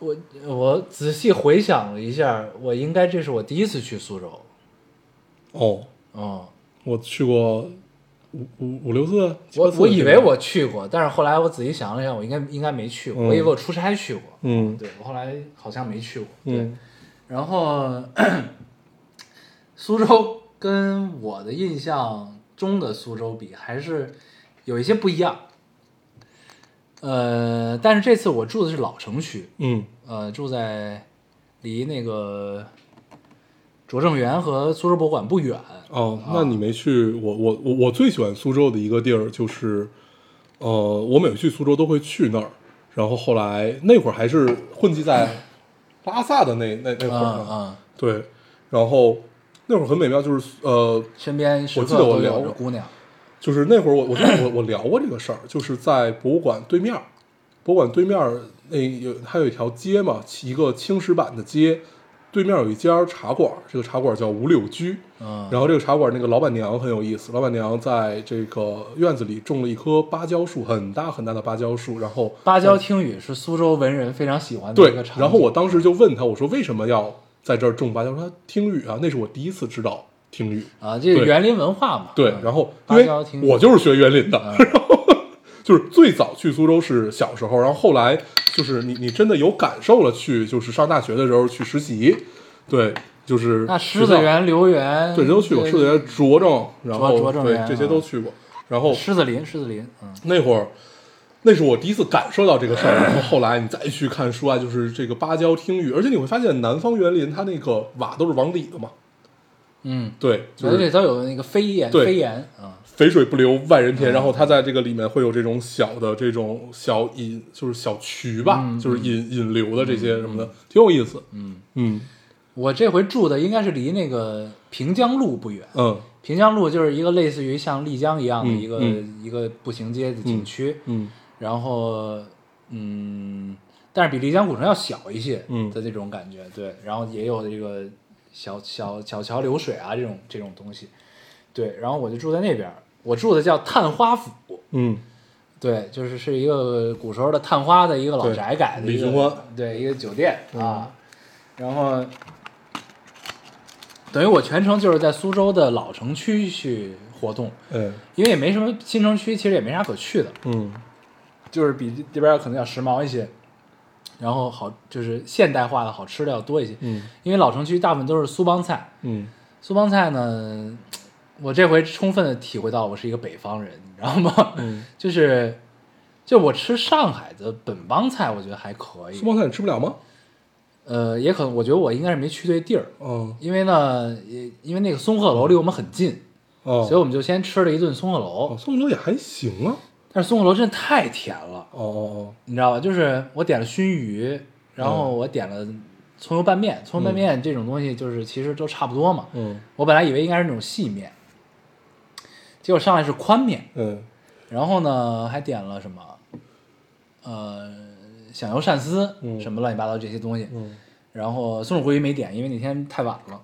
我我仔细回想了一下，我应该这是我第一次去苏州，
哦，
嗯。
我去过五五五六次，七八
我
次
我以为
这个
我去过，但是后来我仔细想了想，我应该应该没去过。
嗯
我以为我出差去过，
嗯
对我后来好像没去过。对，
嗯
然后苏州跟我的印象中的苏州比，还是有一些不一样。呃，但是这次我住的是老城区，
嗯
呃，住在离那个拙政园和苏州博物馆不远。
哦，那你没去我我我我最喜欢苏州的一个地儿就是，呃，我每次去苏州都会去那儿，然后后来那会儿还是混迹在拉萨的那那那会
嗯
儿呢，
嗯，
啊对，然后那会儿很美妙，就是呃，
身边时
我记
刻
得我
都
聊
有着
过
姑娘。
就是那会儿我我我我聊过这个事儿，就是在博物馆对面儿，博物馆对面儿那有它有一条街嘛，一个青石板的街，对面有一家茶馆儿，这个茶馆儿叫五柳居，
嗯，
然后这个茶馆那个老板娘很有意思，老板娘在这个院子里种了一棵芭蕉树，很大很大的芭蕉树。然后
芭蕉听雨是苏州文人非常喜欢的一嗯
对
个场景。
然后我当时就问他，我说为什么要在这儿种芭蕉？他说听雨啊，那是我第一次知道听雨。
啊，这个
对
园林文化嘛，
对
嗯，
然后
芭
因为
蕉听雨
我就是学园林的，
嗯
就是最早去苏州是小时候，然后后来就是你你真的有感受了去，就是上大学的时候去实习，对，就是
那狮
学校
子园、留园，
对，人都去过，
这
狮子园、拙政，然后
拙政
对
园
这些
啊
都去过。然后
狮子林、狮子林，嗯，
那会儿，那是我第一次感受到这个事儿。然后后来你再去看书啊，就是这个芭蕉听雨，而且你会发现南方园林它那个瓦都是往里的嘛，
嗯，
对，就
而且
是
都有那个飞檐，
对
飞檐，嗯，
肥水不流外人田。然后它在这个里面会有这种小的这种小引，就是小渠吧，
嗯
就是引引流的这些什么的，挺有意思。嗯嗯
我这回住的应该是离那个平江路不远，
嗯
平江路就是一个类似于像丽江一样的
嗯
一个
嗯
一个步行街的景区，
嗯
然后嗯，但是比丽江古城要小一些，
嗯
的那种感觉，对，然后也有这个小小小桥流水啊这种这种东西，对，然后我就住在那边儿，我住的叫探花府，
嗯
对，就是是一个古时候的探花的一个老
对
宅改的
李嗯
一个
寻欢
对一个酒店啊，然后等于我全程就是在苏州的老城区去活动，
哎
因为也没什么新城区，其实也没啥可去的，
嗯
就是比这边可能要时髦一些。然后好就是现代化的好吃的要多一些，
嗯
因为老城区大部分都是苏帮菜，
嗯，
苏帮菜呢，我这回充分的体会到我是一个北方人，你知道吗？
嗯，
就是就我吃上海的本帮菜，我觉得还可
苏
以，
帮菜你吃不了吗？
呃，也可能我觉得我应该是没去对地儿，
哦
因为呢，也因为那个松鹤楼离我们很近，
哦，
所以我们就先吃了一顿松鹤楼
哦，，宋哥也还行啊。
但是松鹤楼真的太甜了，
哦哦
你知道吧？就是我点了熏鱼，然后
嗯
我点了葱油拌面，葱油拌面这种东西就是其实都差不多嘛。
哦，嗯
我本来以为应该是那种细面，结果上来是宽面，
嗯
然后呢还点了什么，呃，响油鳝丝，
嗯
什么乱七八糟这些东西。
嗯
然后松鼠桂鱼没点，因为那天太晚了。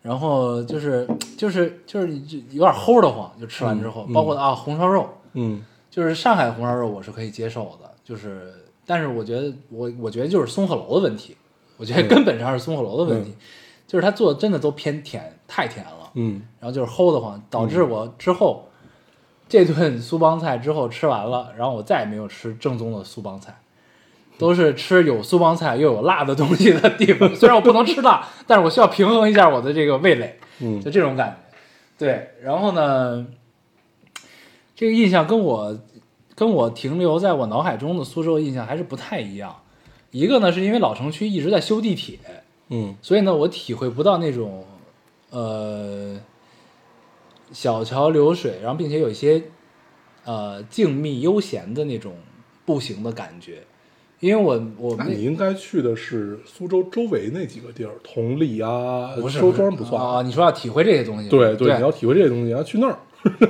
然后就是就是就是就有点齁的慌，就吃完之后，
嗯嗯
包括啊红烧肉，
嗯
就是上海红烧肉我是可以接受的，就是但是我觉得我我觉得就是松鹤楼的问题，我觉得
嗯
根本上是松鹤楼的问题，就是他做的真的都偏甜，太甜了，
嗯
然后就是齁的慌，导致我之后、这顿苏帮菜之后吃完了，然后我再也没有吃正宗的苏帮菜，都是吃有苏帮菜又有辣的东西的地方。虽然我不能吃辣，但是我需要平衡一下我的这个味蕾，
嗯
就这种感觉。对，然后呢，这个印象跟我跟我停留在我脑海中的苏州印象还是不太一样。一个呢，是因为老城区一直在修地铁，
嗯
所以呢，我体会不到那种，呃，小桥流水，然后并且有一些，呃，静谧悠闲的那种步行的感觉，因为我我
那
没
你应该去的是苏州周围那几个地儿，同里啊，
不是
周庄不
啊、
算。
你说要体会这些东西，
对
对，
你要体会这些东西，你要去那儿。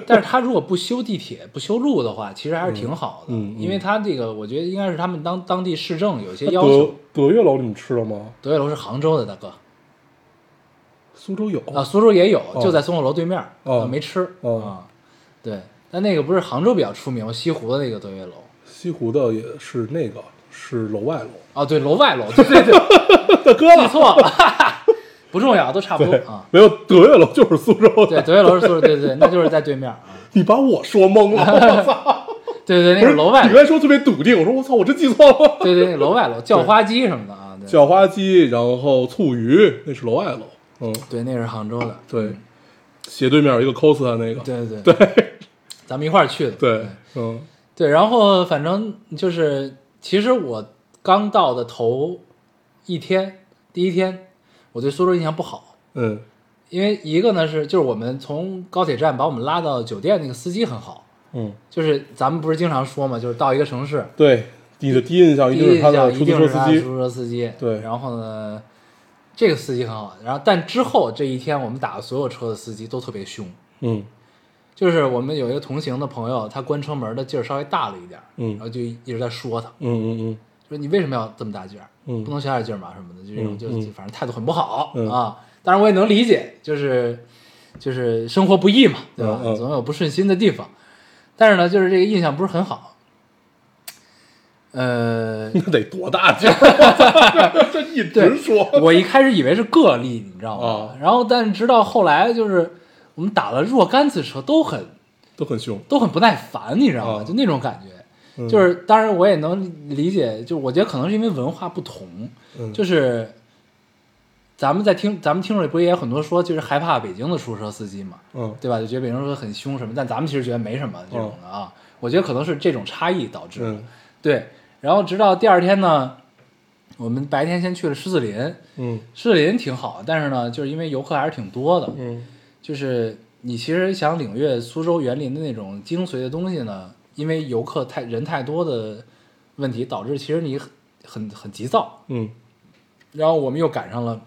但是他如果不修地铁、不修路的话，其实还是挺好的，
嗯嗯嗯
因为他这个我觉得应该是他们当当地市政有一些
那
要求
德。德月楼你们吃了吗？
德月楼是杭州的，大哥
苏州有
啊，苏州也有，
哦
就在松鹤楼对面，
哦
啊没吃啊、
哦
对，但那个不是杭州比较出名，西湖的那个德月楼。
西湖的也是那个是楼外楼。
啊，对，楼外楼， 对对对，
大哥
记
了，
错了， 哈哈不重要，都差不多
对
啊，。
没有德月楼就是苏州
对，
的，
德月楼是宿舍，对对对，那就是在对面啊。
你把我说 懵了，我操！
对对，那
不
是
是
楼外
你
楼，
刚才说特别笃定，我说我操，我真记错了。
对对，那楼外楼，叫花鸡什么的啊，对
叫花鸡，然后醋鱼，那是楼外楼。嗯，
对，那是杭州的，
对，斜对面有一个 cos 的那个。
嗯对对对，咱们一块儿去的，
对，嗯
对，然后反正就是，其实我刚到的头一天，第一天，我对苏州印象不好，
嗯
因为一个呢是就是我们从高铁站把我们拉到酒店那个司机很好，
嗯，
就是咱们不是经常说嘛，就是到一个城市。
对，你的第一印象
第
一
一
定是
印
他的
象
出
一
租
定
车
是
司
他
机。
出租车司机。
对
然后呢，这个司机很好。然后，但之后这一天，我们打的所有车的司机都特别凶。
嗯
就是我们有一个同行的朋友，他关车门的劲儿稍微大了一点儿，
嗯
然后就一直在说他，
嗯嗯
说你为什么要这么大劲儿？
嗯
不能小点劲儿嘛什么的，就这种，
嗯
就
嗯
就反正态度很不好、
嗯
啊。当然我也能理解，就是就是生活不易嘛，对吧？
嗯嗯
总有不顺心的地方。但是呢，就是这个印象不是很好。 呃，
嗯，那得多大劲儿？我操这 一直说。
我一开始以为是个例，你知道吗？
啊
然后，但是直到后来，就是我们打了若干次车，都很
都很凶，
都很不耐烦，你知道吗？
啊
就那种感觉。
嗯
就是，当然我也能理解，就我觉得可能是因为文化不同，
嗯
就是咱们在听，咱们听众里不也有很多说，就是害怕北京的出租车司机嘛，
嗯
对吧？就觉得北京出租车很凶什么，但咱们其实觉得没什么这种的啊。我觉得可能是这种差异导致的。
哦嗯
对，然后直到第二天呢，我们白天先去了狮子林，
嗯
狮子林挺好，但是呢，就是因为游客还是挺多的，
嗯
就是你其实想领略苏州园林的那种精髓的东西呢，因为游客太人太多的问题，导致其实你很很很急躁。
嗯
然后我们又赶上了，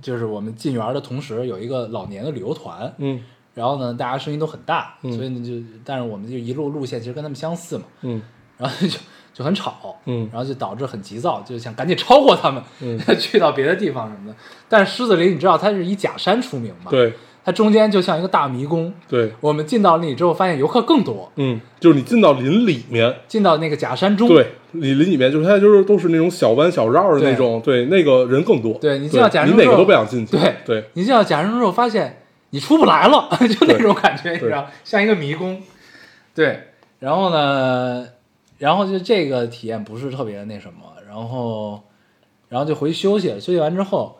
就是我们进园的同时有一个老年的旅游团，
嗯
然后呢，大家声音都很大，
嗯
所以呢就，但是我们就一路路线其实跟他们相似嘛，
嗯
然后就 就很吵，
嗯
然后就导致很急躁，就想赶紧超过他们，
嗯
去到别的地方什么的。但是狮子林你知道它是以假山出名嘛？，
对
它中间就像一个大迷宫。
对，
我们进到那里之后，发现游客更多，
嗯，就是你进到林里面，
进到那个假山中，
对，里林里面就是它就是都是那种小弯小绕的那种，对，那个人更多，
对你进到假山
你
中
哪
之
个
后
都不想进去，
对
对，
你进到假山之后，发现你出不来了， 就那种感觉，你知道，像一个迷宫。对，然后呢，然后就这个体验不是特别那什么，然后然后就回去休息了，休息完之后，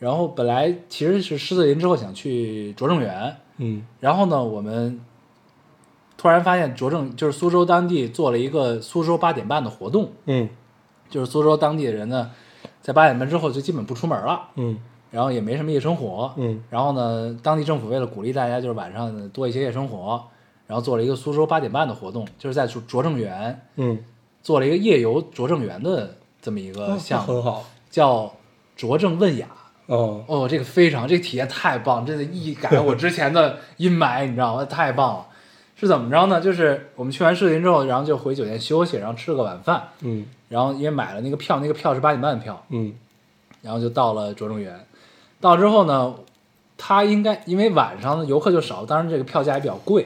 然后本来其实是狮子林之后想去拙政园，
嗯
然后呢，我们突然发现拙政就是苏州当地做了一个苏州八点半的活动，
嗯
就是苏州当地人呢，在八点半之后就基本不出门了，
嗯
然后也没什么夜生活，
嗯
然后呢，当地政府为了鼓励大家就是晚上多一些夜生活，然后做了一个苏州八点半的活动，就是在拙政园
嗯，
做了一个夜游拙政园的这么一个
那
项目，
哦很好
叫拙政问雅。
哦，
哦，这个非常，这个体验太棒，真的一改 我之前的阴霾，你知道吗？太棒了。是怎么着呢？就是我们去完视频之后，然后就回酒店休息，然后吃了个晚饭，
嗯
然后因为买了那个票，那个票是八点半的票，
嗯
然后就到了拙政园。到之后呢，它应该因为晚上的游客就少，当然这个票价也比较贵，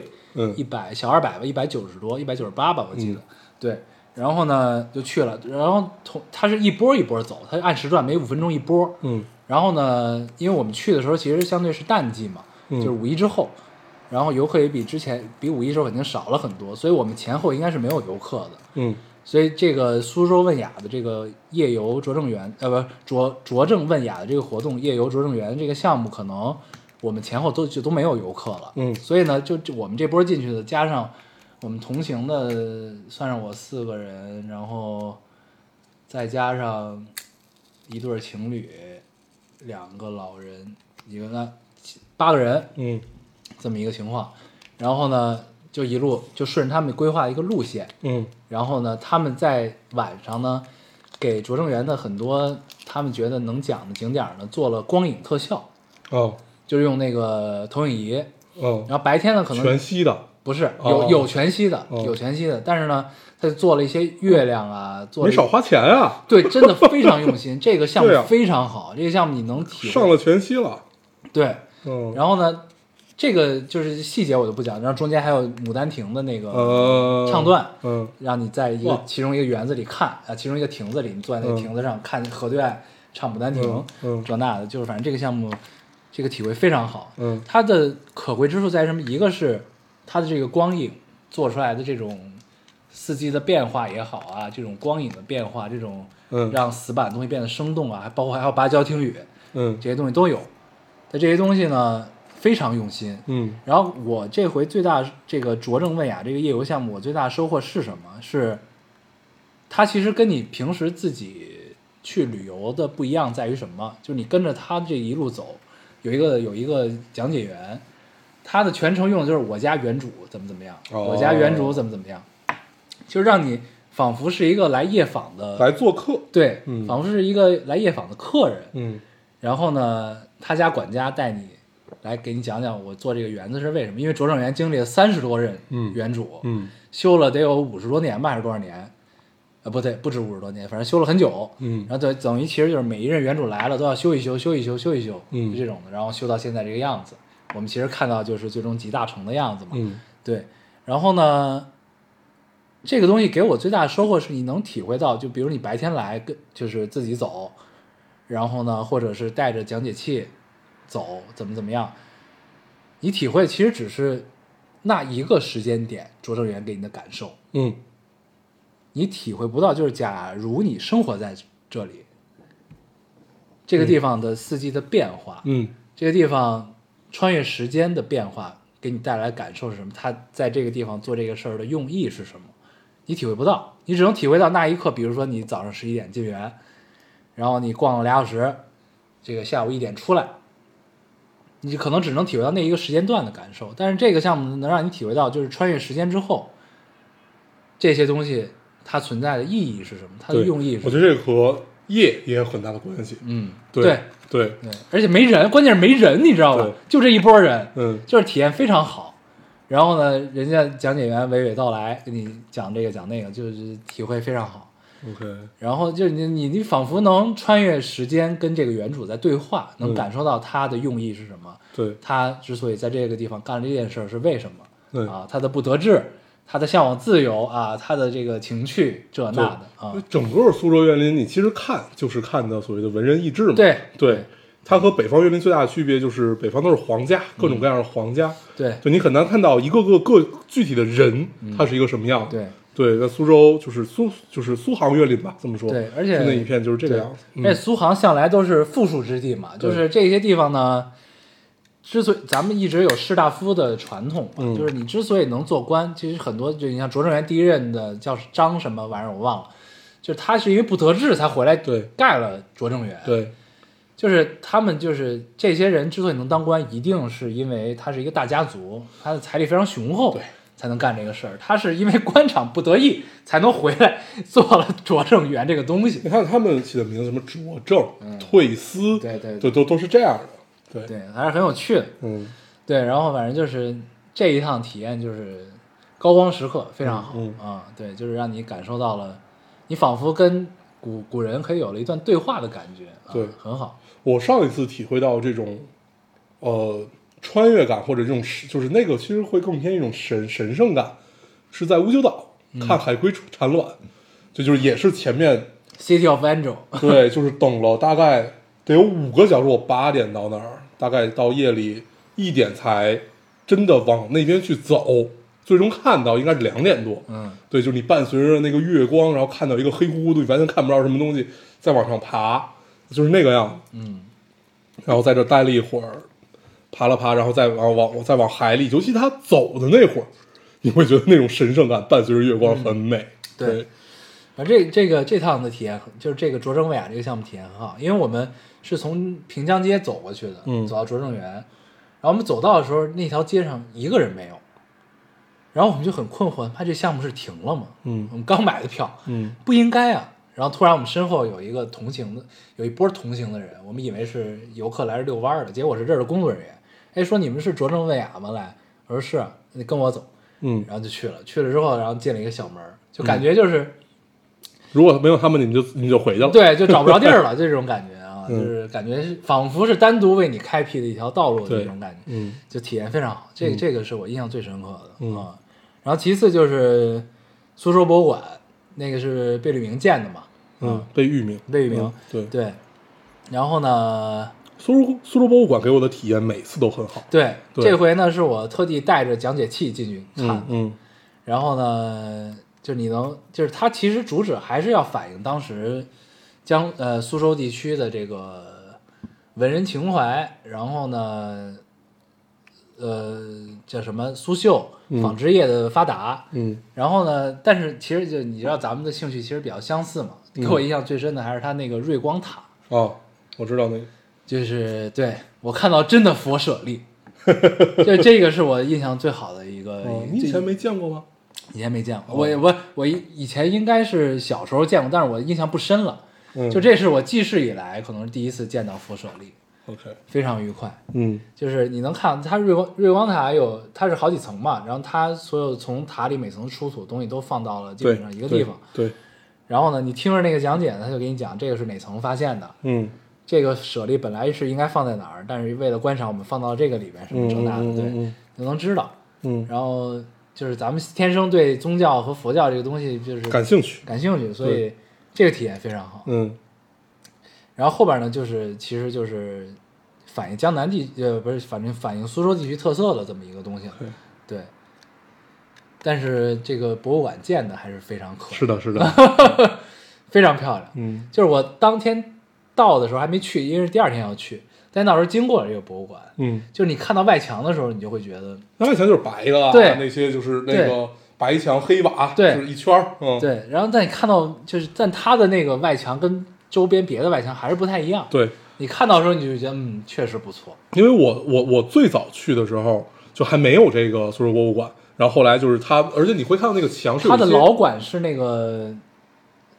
一
嗯
百小二百吧，一百九十多，一百九十八吧，我记得。对，然后呢就去了，然后同它是一波一波走，它按时段，每五分钟一波。
嗯
然后呢，因为我们去的时候其实相对是淡季嘛，
嗯
就是五一之后，然后游客也比之前比五一之后肯定少了很多，所以我们前后应该是没有游客的。
嗯
所以这个苏州问雅的这个夜游拙政园，呃，不是拙拙政问雅的这个活动，夜游拙政园这个项目，可能我们前后都就都没有游客了。
嗯
所以呢，就就我们这波进去的，加上我们同行的，算上我四个人，然后再加上一对儿情侣，两个老人，一个那八个人，
嗯
这么一个情况。然后呢，就一路就顺着他们规划一个路线。
嗯
然后呢，他们在晚上呢，给拙政园的很多他们觉得能讲的景点呢，做了光影特效，
哦
就是用那个投影仪。
哦，
然后白天呢，可
全
能
息的，
不是
哦
有有全息的，
哦
有全息的，但是呢，他就做了一些月亮啊，做了
没
一
少花钱啊，
对，真的非常用心。这个项目
对啊
非常好，这个项目你能体
上
会
了全息了，
对。
嗯
然后呢，这个就是细节我就不讲，然后中间还有牡丹亭的那个
呃，
唱段，
嗯
让你在一
哇
个其中一个园子里看啊，其中一个亭子里，你坐在那个
嗯
亭子上看河对岸唱《牡丹亭》
嗯嗯
这那的，就是反正这个项目，这个体会非常好。
嗯
它的可贵之处在于什么？一个是它的这个光影做出来的这种四季的变化也好啊，这种光影的变化，这种
嗯
让死板的东西变得生动啊，还包括还有芭蕉听雨
嗯
这些东西都有。但这些东西呢，非常用心，
嗯
然后我这回最大这个拙政问雅这个夜游项目，我最大的收获是什么？是它其实跟你平时自己去旅游的不一样，在于什么？就是你跟着他这一路走，有一个有一个讲解员，他的全程用的就是我家原主怎么怎么样，
哦
我家原主怎么怎么样，就让你仿佛是一个来夜访的，
来做客，
对，
嗯
仿佛是一个来夜访的客人。
嗯
然后呢，他家管家带你来给你讲讲我做这个园子是为什么，因为拙政园经历了三十多任
嗯
园主，
嗯
修了得有五十多年吧，还是多少年？呃，不对，不止五十多年，反正修了很久。
嗯
然后等等于其实就是每一任园主来了都要修一修，修一修，修一修，
嗯
就这种的，然后修到现在这个样子。我们其实看到就是最终集大成的样子嘛，
嗯
对，然后呢，这个东西给我最大的收获是你能体会到，就比如你白天来跟就是自己走，然后呢，或者是带着讲解器走，怎么怎么样，你体会其实只是那一个时间点拙政园给你的感受，
嗯
你体会不到，就是假如你生活在这里，这个地方的四季的变化，
嗯
这个地方穿越时间的变化给你带来的感受是什么？他在这个地方做这个事儿的用意是什么？你体会不到，你只能体会到那一刻。比如说，你早上十一点进园，然后你逛了俩小时，这个下午一点出来，你可能只能体会到那一个时间段的感受。但是这个项目能让你体会到，就是穿越时间之后，这些东西它存在的意义是什么？它的
对，
用意是什
我觉
么？
得这个和夜也有很大的关系，
嗯，对
对对，
对，而且没人，关键是没人，你知道吧
对？
就这一波人，
嗯
就是体验非常好。然后呢，人家讲解员娓娓道来，跟你讲这个讲那个，就是体会非常好。
，OK，
然后就是你你你仿佛能穿越时间跟这个原主在对话，能
嗯
感受到他的用意是什么，
对，
他之所以在这个地方干了这件事儿是为什么、
对
啊？他的不得志，他的向往自由啊，他的这个情趣这那的啊
对，，整个苏州园林，你其实看就是看的所谓的文人意志嘛。
对
对，它和北方园林最大的区别就是北方都是皇家，各种各样的皇家，
对
就你很难看到一个个各具体的人他是一个什么样的。
对
对，在苏州就是苏就是苏杭乐林吧，这么说。
对而且
就那一片就是这个样子。
而且
嗯，
苏杭向来都是富庶之地嘛，
对
就是这些地方呢，之所以咱们一直有士大夫的传统嘛，
嗯
就是你之所以能做官，其实很多就你像拙政园第一任的叫张什么玩意儿我忘了，就是他是因为不得志才回来
对
盖了拙政园，
对，
就是他们就是这些人之所以能当官，一定是因为他是一个大家族，他的财力非常雄厚
对，
才能干这个事儿。他是因为官场不得已才能回来做了 拙政园这个东西。
你看他们起的名字，什么拙政、退思，
嗯对对对
对，都都是这样的。对，
对，还是很有趣的。
嗯
对，然后反正就是这一趟体验就是高光时刻，非常好啊、
嗯
对，就是让你感受到了，你仿佛跟古古人可以有了一段对话的感觉，啊、
对
很好。
我上一次体会到这种，呃，穿越感或者这种神，就是那个其实会更偏一种神神圣感，是在乌九岛
嗯
看海龟产卵，这 就是也是前面
City of Angel，
对，就是等了大概得有五个小时，我八点到那儿，大概到夜里一点才真的往那边去走，最终看到应该是两点多，
嗯，
对，就是你伴随着那个月光，然后看到一个黑乎乎的，你完全看不着什么东西，再往上爬，就是那个样子。嗯，然后在这待了一会儿，爬了爬，然后再往往再往海里，尤其他走的那会儿，你会觉得那种神圣感伴随着月光很美。
对反正啊这这个这趟的体验很，就是这个拙政卫啊雅这个项目体验很好，因为我们是从平江街走过去的，
嗯
走到拙政园，然后我们走到的时候，那条街上一个人没有，然后我们就很困惑，怕这项目是停了吗？
嗯
我们刚买的票，
嗯
不应该啊。然后突然我们身后有一个同行的，有一波同行的人，我们以为是游客来这遛弯儿的，结果是这儿的工作人员。哎，说你们是拙政卫雅吗？来，我说是、啊，你跟我走。
嗯，
然后就去了，去了之后，然后进了一个小门儿，就感觉就是、
如果没有他们，你们就你们就回去了。
对，就找不着地儿了，就这种感觉啊，
嗯
就是感觉是仿佛是单独为你开辟的一条道路的
对
那种感觉，
嗯
就体验非常好。这这个是我印象最深刻的、
嗯
啊。然后其次就是苏州博物馆，那个是贝聿铭建的嘛，
嗯，被域名，
贝聿铭
嗯对，
对，然后呢，
苏州苏州博物馆给我的体验每次都很好。
对，
对
这回呢是我特地带着讲解器进去看，
嗯嗯
然后呢，就你能，就是它其实主旨还是要反映当时江呃苏州地区的这个文人情怀，然后呢，呃叫什么苏绣
嗯
纺织业的发达，
嗯
然后呢，但是其实就你知道咱们的兴趣其实比较相似嘛，
嗯
给我印象最深的还是它那个瑞光塔。
啊，我知道那个。
就是对我看到真的佛舍利， 就这个是我印象最好的一个。
哦，
一
你以前
这
没见过吗？
以前没见过，哦我我我以以前应该是小时候见过，但是我印象不深了。
嗯
就这是我记事以来可能是第一次见到佛舍利，
OK，
非常愉快。
嗯
就是你能看它瑞光瑞光塔有它是好几层嘛，然后它所有从塔里每层出土的东西都放到了基
对，
本上一个地方。
对。对，
然后呢，你听着那个讲解呢，他就给你讲这个是哪层发现的，
嗯
这个舍利本来是应该放在哪儿，但是为了观赏，我们放到这个里边什么这那的，
嗯嗯嗯
对，
嗯
就能知道。
嗯，
然后就是咱们天生对宗教和佛教这个东西就是
嗯感兴趣。
感兴趣，所以这个体验非常好。
嗯
然后后边呢，就是其实就是反映江南地呃不是，反正反映苏州地区特色的这么一个东西了
对，
对。但是这个博物馆建的还是非常可，
是的，是的，
非常漂亮。
嗯
就是我当天到的时候还没去，因为是第二天要去，但到时候经过了这个博物馆，
嗯，
就是你看到外墙的时候，你就会觉得，
那以前就是白的啊，
对
那些就是那个白墙黑瓦，
对
就是一圈儿，嗯，
对。然后但你看到就是，但它的那个外墙跟周边别的外墙还是不太一样。
对，
你看到的时候，你就觉得嗯，确实不错。
因为我我我最早去的时候就还没有这个苏州博物馆，然后后来就是它，而且你会看到那个墙哦是有
它
一些
的老馆是那个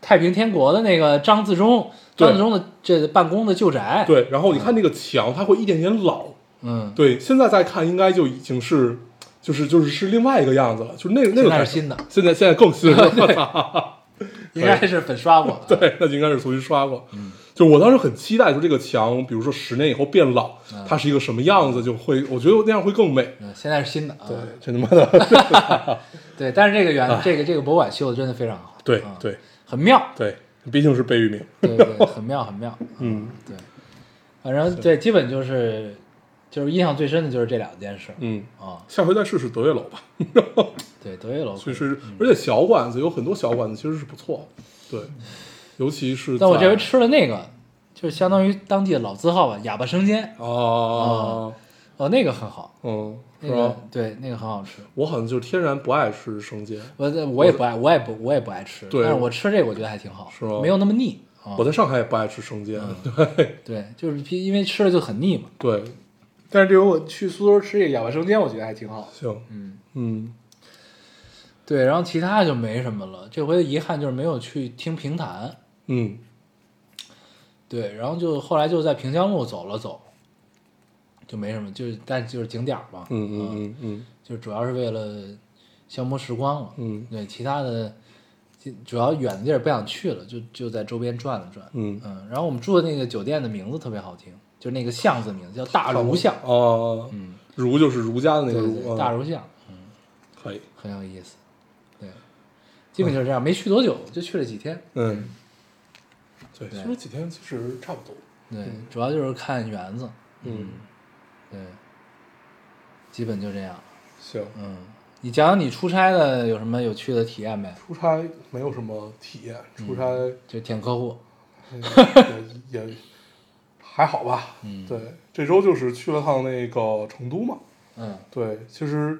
太平天国的那个张自忠，
对
张自忠的这办公的旧宅。，
对，然后你看那个墙，它会一点点老，
嗯，
对，现在再看应该就已经是就是就是是另外一个样子了，就是那个那
现
个
在
感
是新的，
现在现在更新了，
应该是粉刷过的。
对，那就应该是重新刷过。
嗯
就我当时很期待，就这个墙，比如说十年以后变老，它是一个什么样子，就会我觉得那样会更美。
嗯，现在是新的啊。
对，真他妈的，
对，但是这个园，这个这个博物馆修的真的非常好。
对
嗯
对
很妙，
对，毕竟是贝聿铭。
对对，很妙很妙。
嗯，
对，反正对，基本就是就是印象最深的就是这两件事儿
嗯，
啊。
下回再试试德月楼吧。
对，德月楼可以，
所以是，而且小馆子有很多小馆子其实是不错，对，尤其是
嗯但我这回
在
吃了那个，就是相当于当地的老字号吧，哑巴生煎，
啊，
哦，那个很好，
嗯，
那
是
个
吧？
对，那个很好吃。
我好像就天然不爱吃生煎，
我我也不爱，我也不我也不爱吃，
对
但是我吃这个我觉得还挺好，
是吗
没有那么腻啊。
我在上海也不爱吃生煎，
嗯
对
对，就是因因为吃了就很腻嘛。
对，
但是这回我去苏州吃这个哑巴生煎，我觉得还挺好。
行，嗯嗯，
对，然后其他就没什么了。这回的遗憾就是没有去听评弹，
嗯，
对，然后就后来就在平江路走了走，就没什么，就是但就是景点儿嘛，
嗯嗯嗯
就主要是为了消磨时光了。
嗯
对，其他的就主要远的地儿不想去了，就就在周边转了转。
嗯
嗯，然后我们住的那个酒店的名字特别好听，就是那个巷子名字叫大儒巷，
嗯，啊，儒就是儒家的那
对对
个儒，
对，
啊
大儒巷
可以，
很有意思。对，基本就是这样，没去多久，就去了几天。
嗯，对，
对
其实几天其实差不多，
对，主要就是看园子。
嗯，
对，基本就这样。
行，
嗯，你讲讲你出差的有什么有趣的体验呗？
出差没有什么体验，
嗯
出差。哎
就舔客户，
也也还好吧。
嗯
对，这周就是去了趟那个成都嘛。
嗯
对，其实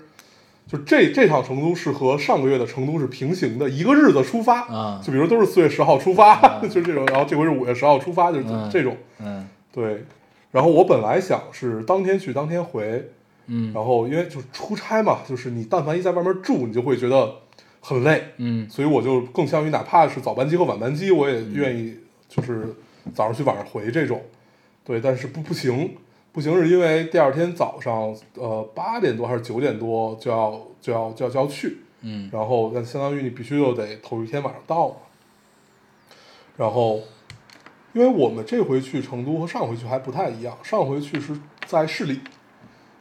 就这这趟成都是和上个月的成都是平行的，一个日子出发。
啊
就比如都是四月十号出发， 就是这种，然后这回是五月十号出发，就是
嗯
这种。
嗯
对，然后我本来想是当天去当天回，
嗯
然后因为就是出差嘛，就是你但凡一在外面住，你就会觉得很累。
嗯
所以我就更相于哪怕是早班机和晚班机，我也愿意就是早上去晚上回这种。对，但是不不行，不行是因为第二天早上呃八点多还是九点多就要就要就要就要去，
嗯，
然后那相当于你必须又得头一天晚上到嘛。然后，因为我们这回去成都和上回去还不太一样，上回去是在市里，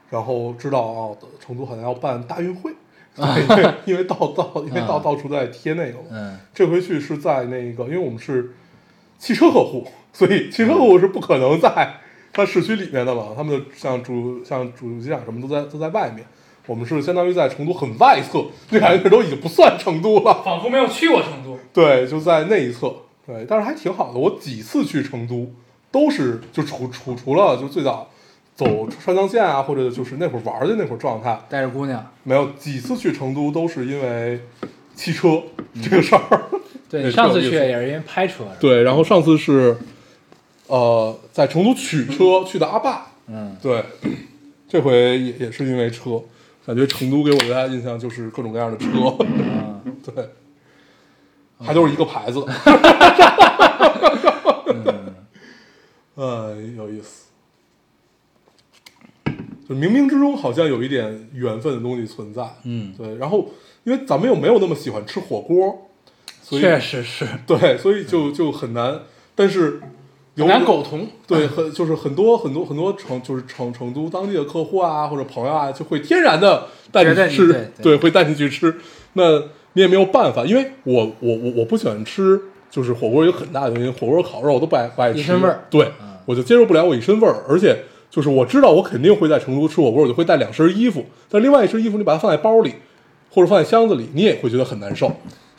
然后知道啊，成都好像要办大运会，对 因为到到因为到
啊
到处在贴那个嘛。
嗯
这回去是在那个，因为我们是汽车客户，所以汽车客户是不可能在它市区里面的嘛，他们的像主像主机厂什么都在都在外面。我们是相当于在成都很外侧，这感觉都已经不算成都了。
仿佛没有去过成都。
对，就在那一侧，对，但是还挺好的。我几次去成都都是就除除除了就最早走川藏线啊，或者就是那会儿玩儿的那会儿状态，
带着姑娘，
没有几次去成都都是因为汽车这个事儿。
对
那
你上
特
次
有意
去
思
也是因为拍车，是吧？
对，然后上次是呃在成都取车去的阿坝，
嗯
对，这回也也是因为车，感觉成都给我留下的印象就是各种各样的车，
嗯
对，还都是一个牌子的。
嗯
呃，有意思，就冥冥之中好像有一点缘分的东西存在。
嗯，
对。然后，因为咱们又没有那么喜欢吃火锅，所以
确实是
对，所以就就很难。但是有
嗯很难苟同。嗯
对，很就是很多很多很多成就是成成都当地的客户啊或者朋友啊，就会天然的带
觉得
你
你
吃，
对对
会带你去吃。那你也没有办法，因为我我我我不喜欢吃，就是火锅有很大的原因，火锅烤肉我都不爱不爱吃，
一身味儿
对，我就接受不了我一身味儿，而且就是我知道我肯定会在成都吃火锅，我就会带两身衣服，但另外一身衣服你把它放在包里或者放在箱子里，你也会觉得很难受，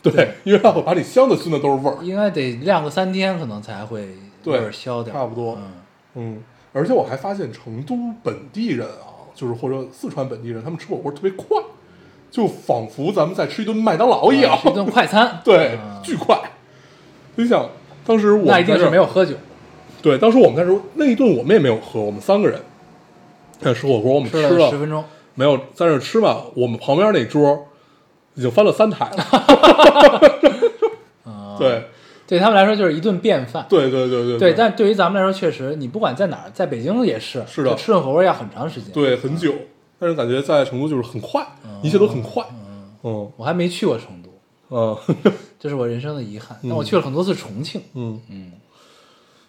对，因为它会把你箱子熏的都是味儿。
应该得晾个三天，可能才会味
对
儿消掉，
差不多
嗯
嗯，而且我还发现成都本地人啊，就是或者四川本地人，他们吃火锅特别快，就仿佛咱们在吃一顿麦当劳一样，。
啊是一顿快餐
对，
嗯
巨快。你想，当 时我
那一
们在
定
这
是
儿
没有喝酒，
对，当时我们在这儿那一顿我们也没有喝，我们三个人在吃火锅，我们
吃
了
了十分钟，
没有在这儿吃嘛，我们旁边那桌已经翻了 三台了，
嗯，
对，
对他们来说就是一顿便饭。
对对对对
对，但对于咱们来说，确实，你不管在哪儿，在北京也是，
是的
就吃顿火锅要很长时间。，
对很久，但是感觉在成都就是很快，一切都很
啊
快，嗯
我还没去过成都，
嗯。
这是我人生的遗憾。但我去了很多次重庆，
嗯，嗯，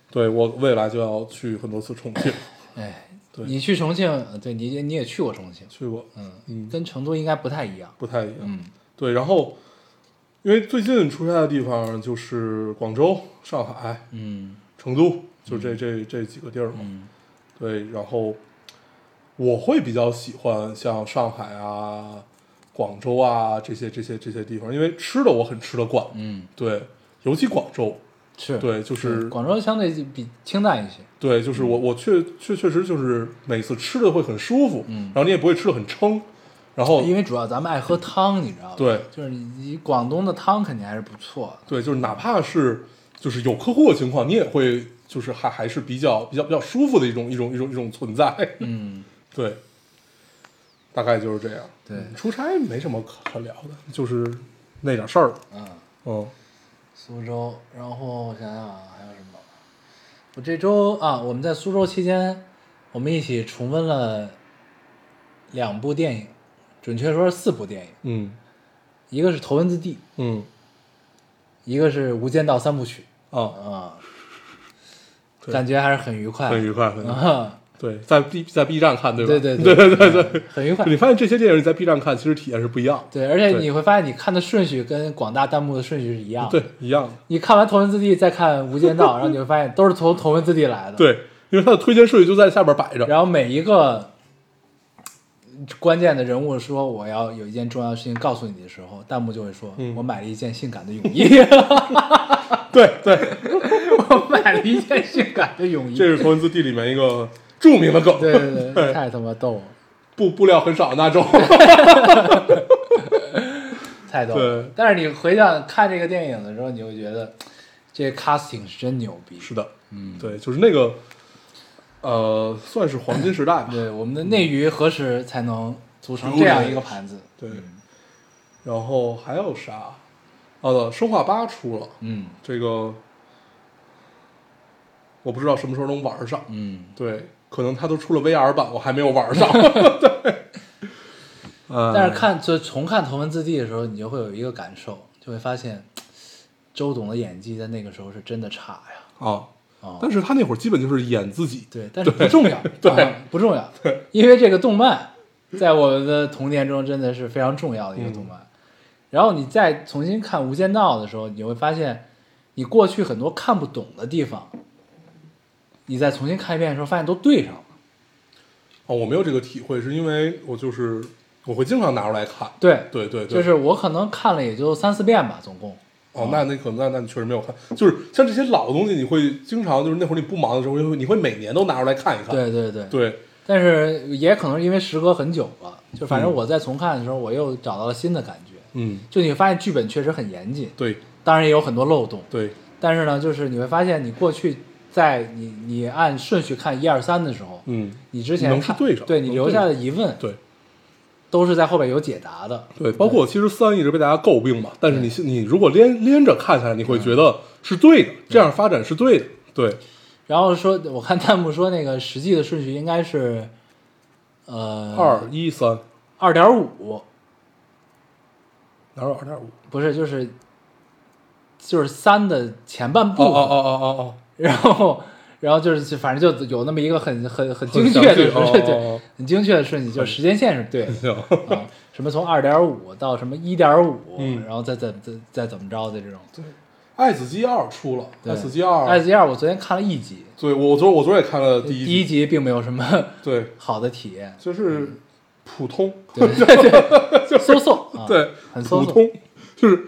对我未来就要去很多次重庆，
哎，
对
你去重庆，呃对你你也去过重庆，
去过，
嗯，
嗯，
跟成都应该不太一样。
不太一样。
嗯
对，然后因为最近出差的地方就是广州、上海、
嗯
嗯成都，就这这这几个地儿嘛。对，然后我会比较喜欢像上海啊、广州啊这些这些这些地方，因为吃的我很吃得惯，
嗯，
对，尤其广州，
是
对，就是
广州相对比清淡一些，
对，就是我我确确确实就是每次吃的会很舒服，然后你也不会吃的很撑，然后
嗯因为主要咱们爱喝汤，你知道吧？
哦对
就是你你广东的汤肯定还是不错的。
对，就是哪怕是就是有客户的情况，你也会就是还还是比较比较比较舒服的一种一种一种一种存在。
嗯，
对，大概就是这样。
对
嗯出差没什么可可聊的，就是那点事儿。
嗯，
嗯，
苏州，然后我想想啊还有什么？我这周啊，我们在苏州期间，我们一起重温了两部电影，准确说是四部电影，
嗯
一个是《头文字 D》，
嗯
一个是《无间道》三部曲
啊，
啊，
对
感觉还是很愉快的，
很愉快，很愉快。
啊，
对，在 B 在 B 站看，对吧？
哎对
对
对
对对
对，很愉快
就。你发现这些电影你在 B 站看，其实体验是不一样的。
对，而且
对
你会发现，你看的顺序跟广大弹幕的顺序是一样的。
对，，一样的。
你看完《头文字 D》再看《无间 道》，然后你会发现都是从《头文字 D》来的。，
对，因为它的推荐顺序就在下边摆着。
然后每一个关键的人物说我要有一件重要的事情告诉你的时候，弹幕就会说：“
嗯
我买了一件性感的泳衣，
对对，
我买了一件性感的泳衣。”
这是《头文字 D》里面一个著名的梗。
对对对，
对
太他妈逗了，
布布料很少的那种。
太逗了
对。
但是你回想看这个电影的时候，你会觉得这 casting 是真牛逼。
是的，嗯，对，就是那个，呃，算是黄金时代吧。
对，我们的内娱何时才能组成
嗯
这样一个盘子？
对，然后还有啥？哦，生化八出了，
嗯
这个我不知道什么时候能玩上。
嗯，
对，可能它都出了 VR 版，我还没有玩 上。对，
但是看就重看《头文字 D》的时候，你就会有一个感受，就会发现周董的演技在那个时候是真的差呀。
啊，
啊、
但是他那会儿基本就是演自己。
对，但是不重要，
对
啊不重要，因为这个动漫在我们的童年中真的是非常重要的一个动漫。然后你再重新看《无间道》的时候，你会发现，你过去很多看不懂的地方，你再重新看一遍的时候，发现都对上了。
哦，我没有这个体会，是因为我就是我会经常拿出来看。
对
对对对，
就是我可能看了也就三四遍吧，总共。
哦，那那可能那那你确实没有看，就是像这些老东西，你会经常就是那会儿你不忙的时候，你会你会每年都拿出来看一看。
对对对。
对
但是也可能是因为时隔很久了，就反正我在重看的时候，我又找到了新的感觉。
嗯，
就你发现剧本确实很严谨，
对
当然也有很多漏洞，
对，
但是呢，就是你会发现你过去在你你按顺序看一二三的时候，
嗯，
你之前
能是
看
对上
对你
能
留
对
下
上
的疑问，
对
都是在后边有解答的。
对，包括其实三一直被大家诟病嘛，但是你你如果连连着看下来，你会觉得是对的，这样发展是对的。对，
然后说，我看弹幕说那个实际的顺序应该是，呃，
二一三，
二点五，
哪有二点五？
不是，就是就是三的前半部
哦
分，
哦哦哦哦
然后然后就是反正就有那么一个很很很精确
很详
的
细
顺
哦
序，
哦
对
哦，
很精确的顺序，就是时间线是对
哦，
的
行，
啊，什么从二点五到什么一点五，
嗯
然后再怎再再怎么着的这种。
爱死机二出了，
对
爱死机二，
S 二我昨天看了一集，
对我我昨我昨儿也看了第
第
一集，
集并没有什么
对，
好的体验，
就是普通，
对 对，搜搜，啊
对，
很搜
普
搜，
通，就是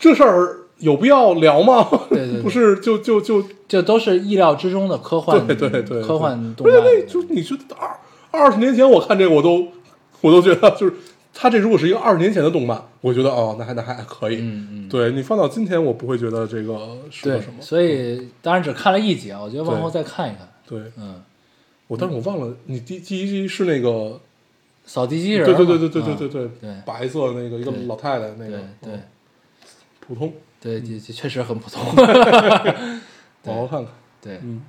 这事儿有必要聊吗？
对对对
不是就就就
这都是意料之中的科幻，
对对对对，
科幻动
对
漫的
对
那
对，
种，
就是你觉得二二十年前我看这个我都我都觉得就是。它这如果是一个二十年前的动漫，我觉得哦，那还那还可以。
嗯嗯
对你放到今天，我不会觉得这个是个
对
什么。，
所以当然只看了一集啊，我觉得往后再看一看，
对
嗯，
我，但是我忘了，你第第一季是那个，
扫地机器
对
人
对
嘛，
对对对对
啊
对对
对
白色那个一个
对
老太太那个
对，对
嗯普通，
对，
嗯
这这确实很普通。对
好好看看。
对，
嗯，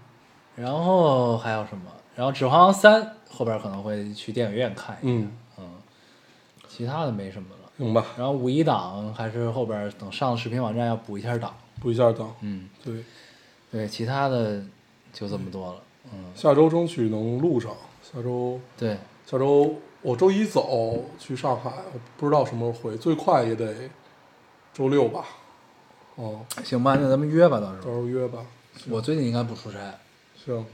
然后还有什么？然后《指环王三》后边可能会去电影院看一下，
嗯，
其他的没什么了。
行吧，
然后五一档还是后边等上视频网站要补一下档。
补一下档。
嗯，
对，
对，其他的就这么多了。嗯，
下周争取能录上。下周
对，
下周我周一走去上海，我不知道什么时候回，最快也得周六吧。哦，
行吧，那咱们约吧，到时
到
候。
时候约吧。
嗯我最近应该不出差，
行，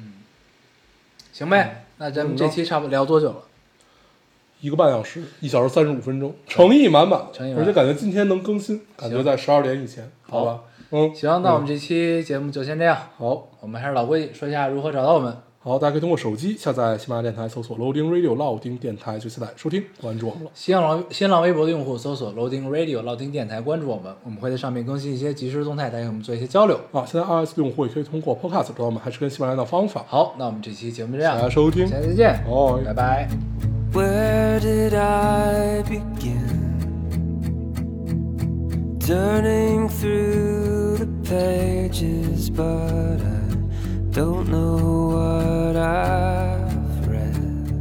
行呗，那咱们这期差不多聊多久了？
一个半小时，一小时三十五分钟，诚意满满，
诚意满满
而且感觉今天能更新，感觉在十二点以前，好吧？嗯，
行，那我们这期节目就先这样。
好
我们还是老规矩，说一下如何找到我们。
好，大家可以通过手机下载喜马拉雅电台，搜索 Loading Radio 老丁电台就下载收听，关注我们了。
新浪新浪微博的用户搜索 Loading Radio 老丁电台，关注我们，我们会在上面更新一些即时动态，大家跟我们做一些交流。
啊，现在 iOS 用户也可以通过 Podcast 找到我们，还是跟喜马拉雅的方法。
好，那我们这期节目就这样
大，家收听，
下期再见，
哦
拜拜。
Where did I begin? Turning through the pages, but I don't know what I've read.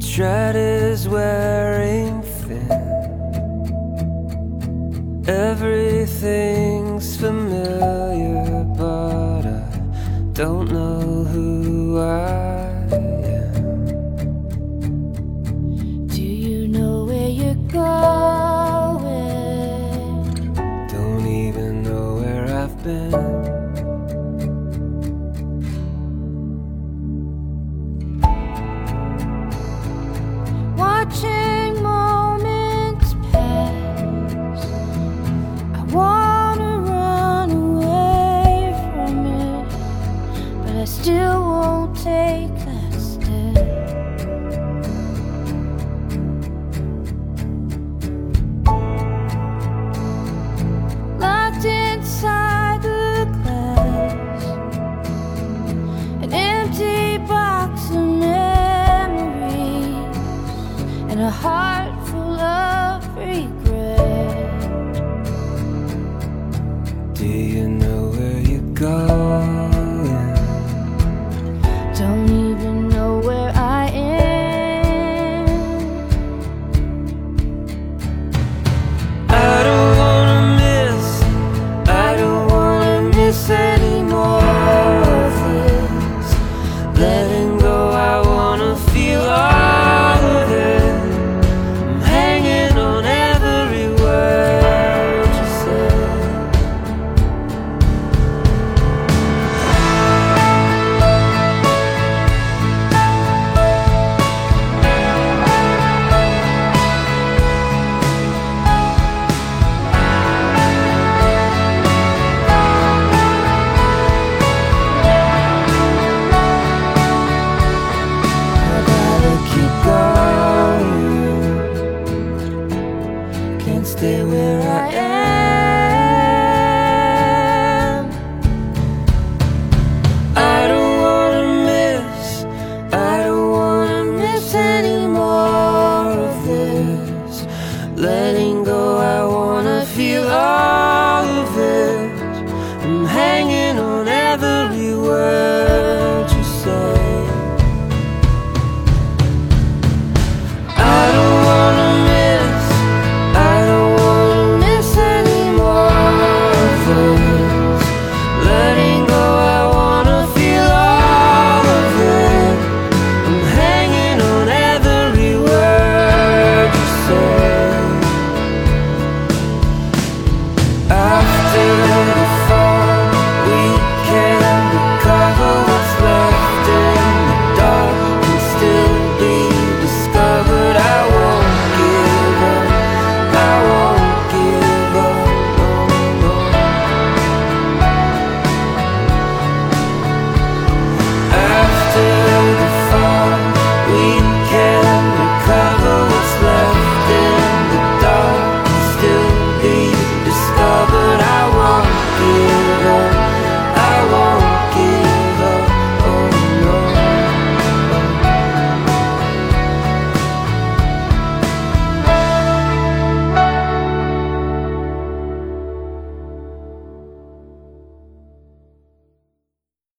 Tread is wearing thin. Everything's familiar, but I don't know who I am.
Do you know where you're going?
Don't even know where I've been.
Watching moments pass. I wanna run away from it, but I still won't take that step. locked inside the glass. An empty box of memories and a heart.
Oh,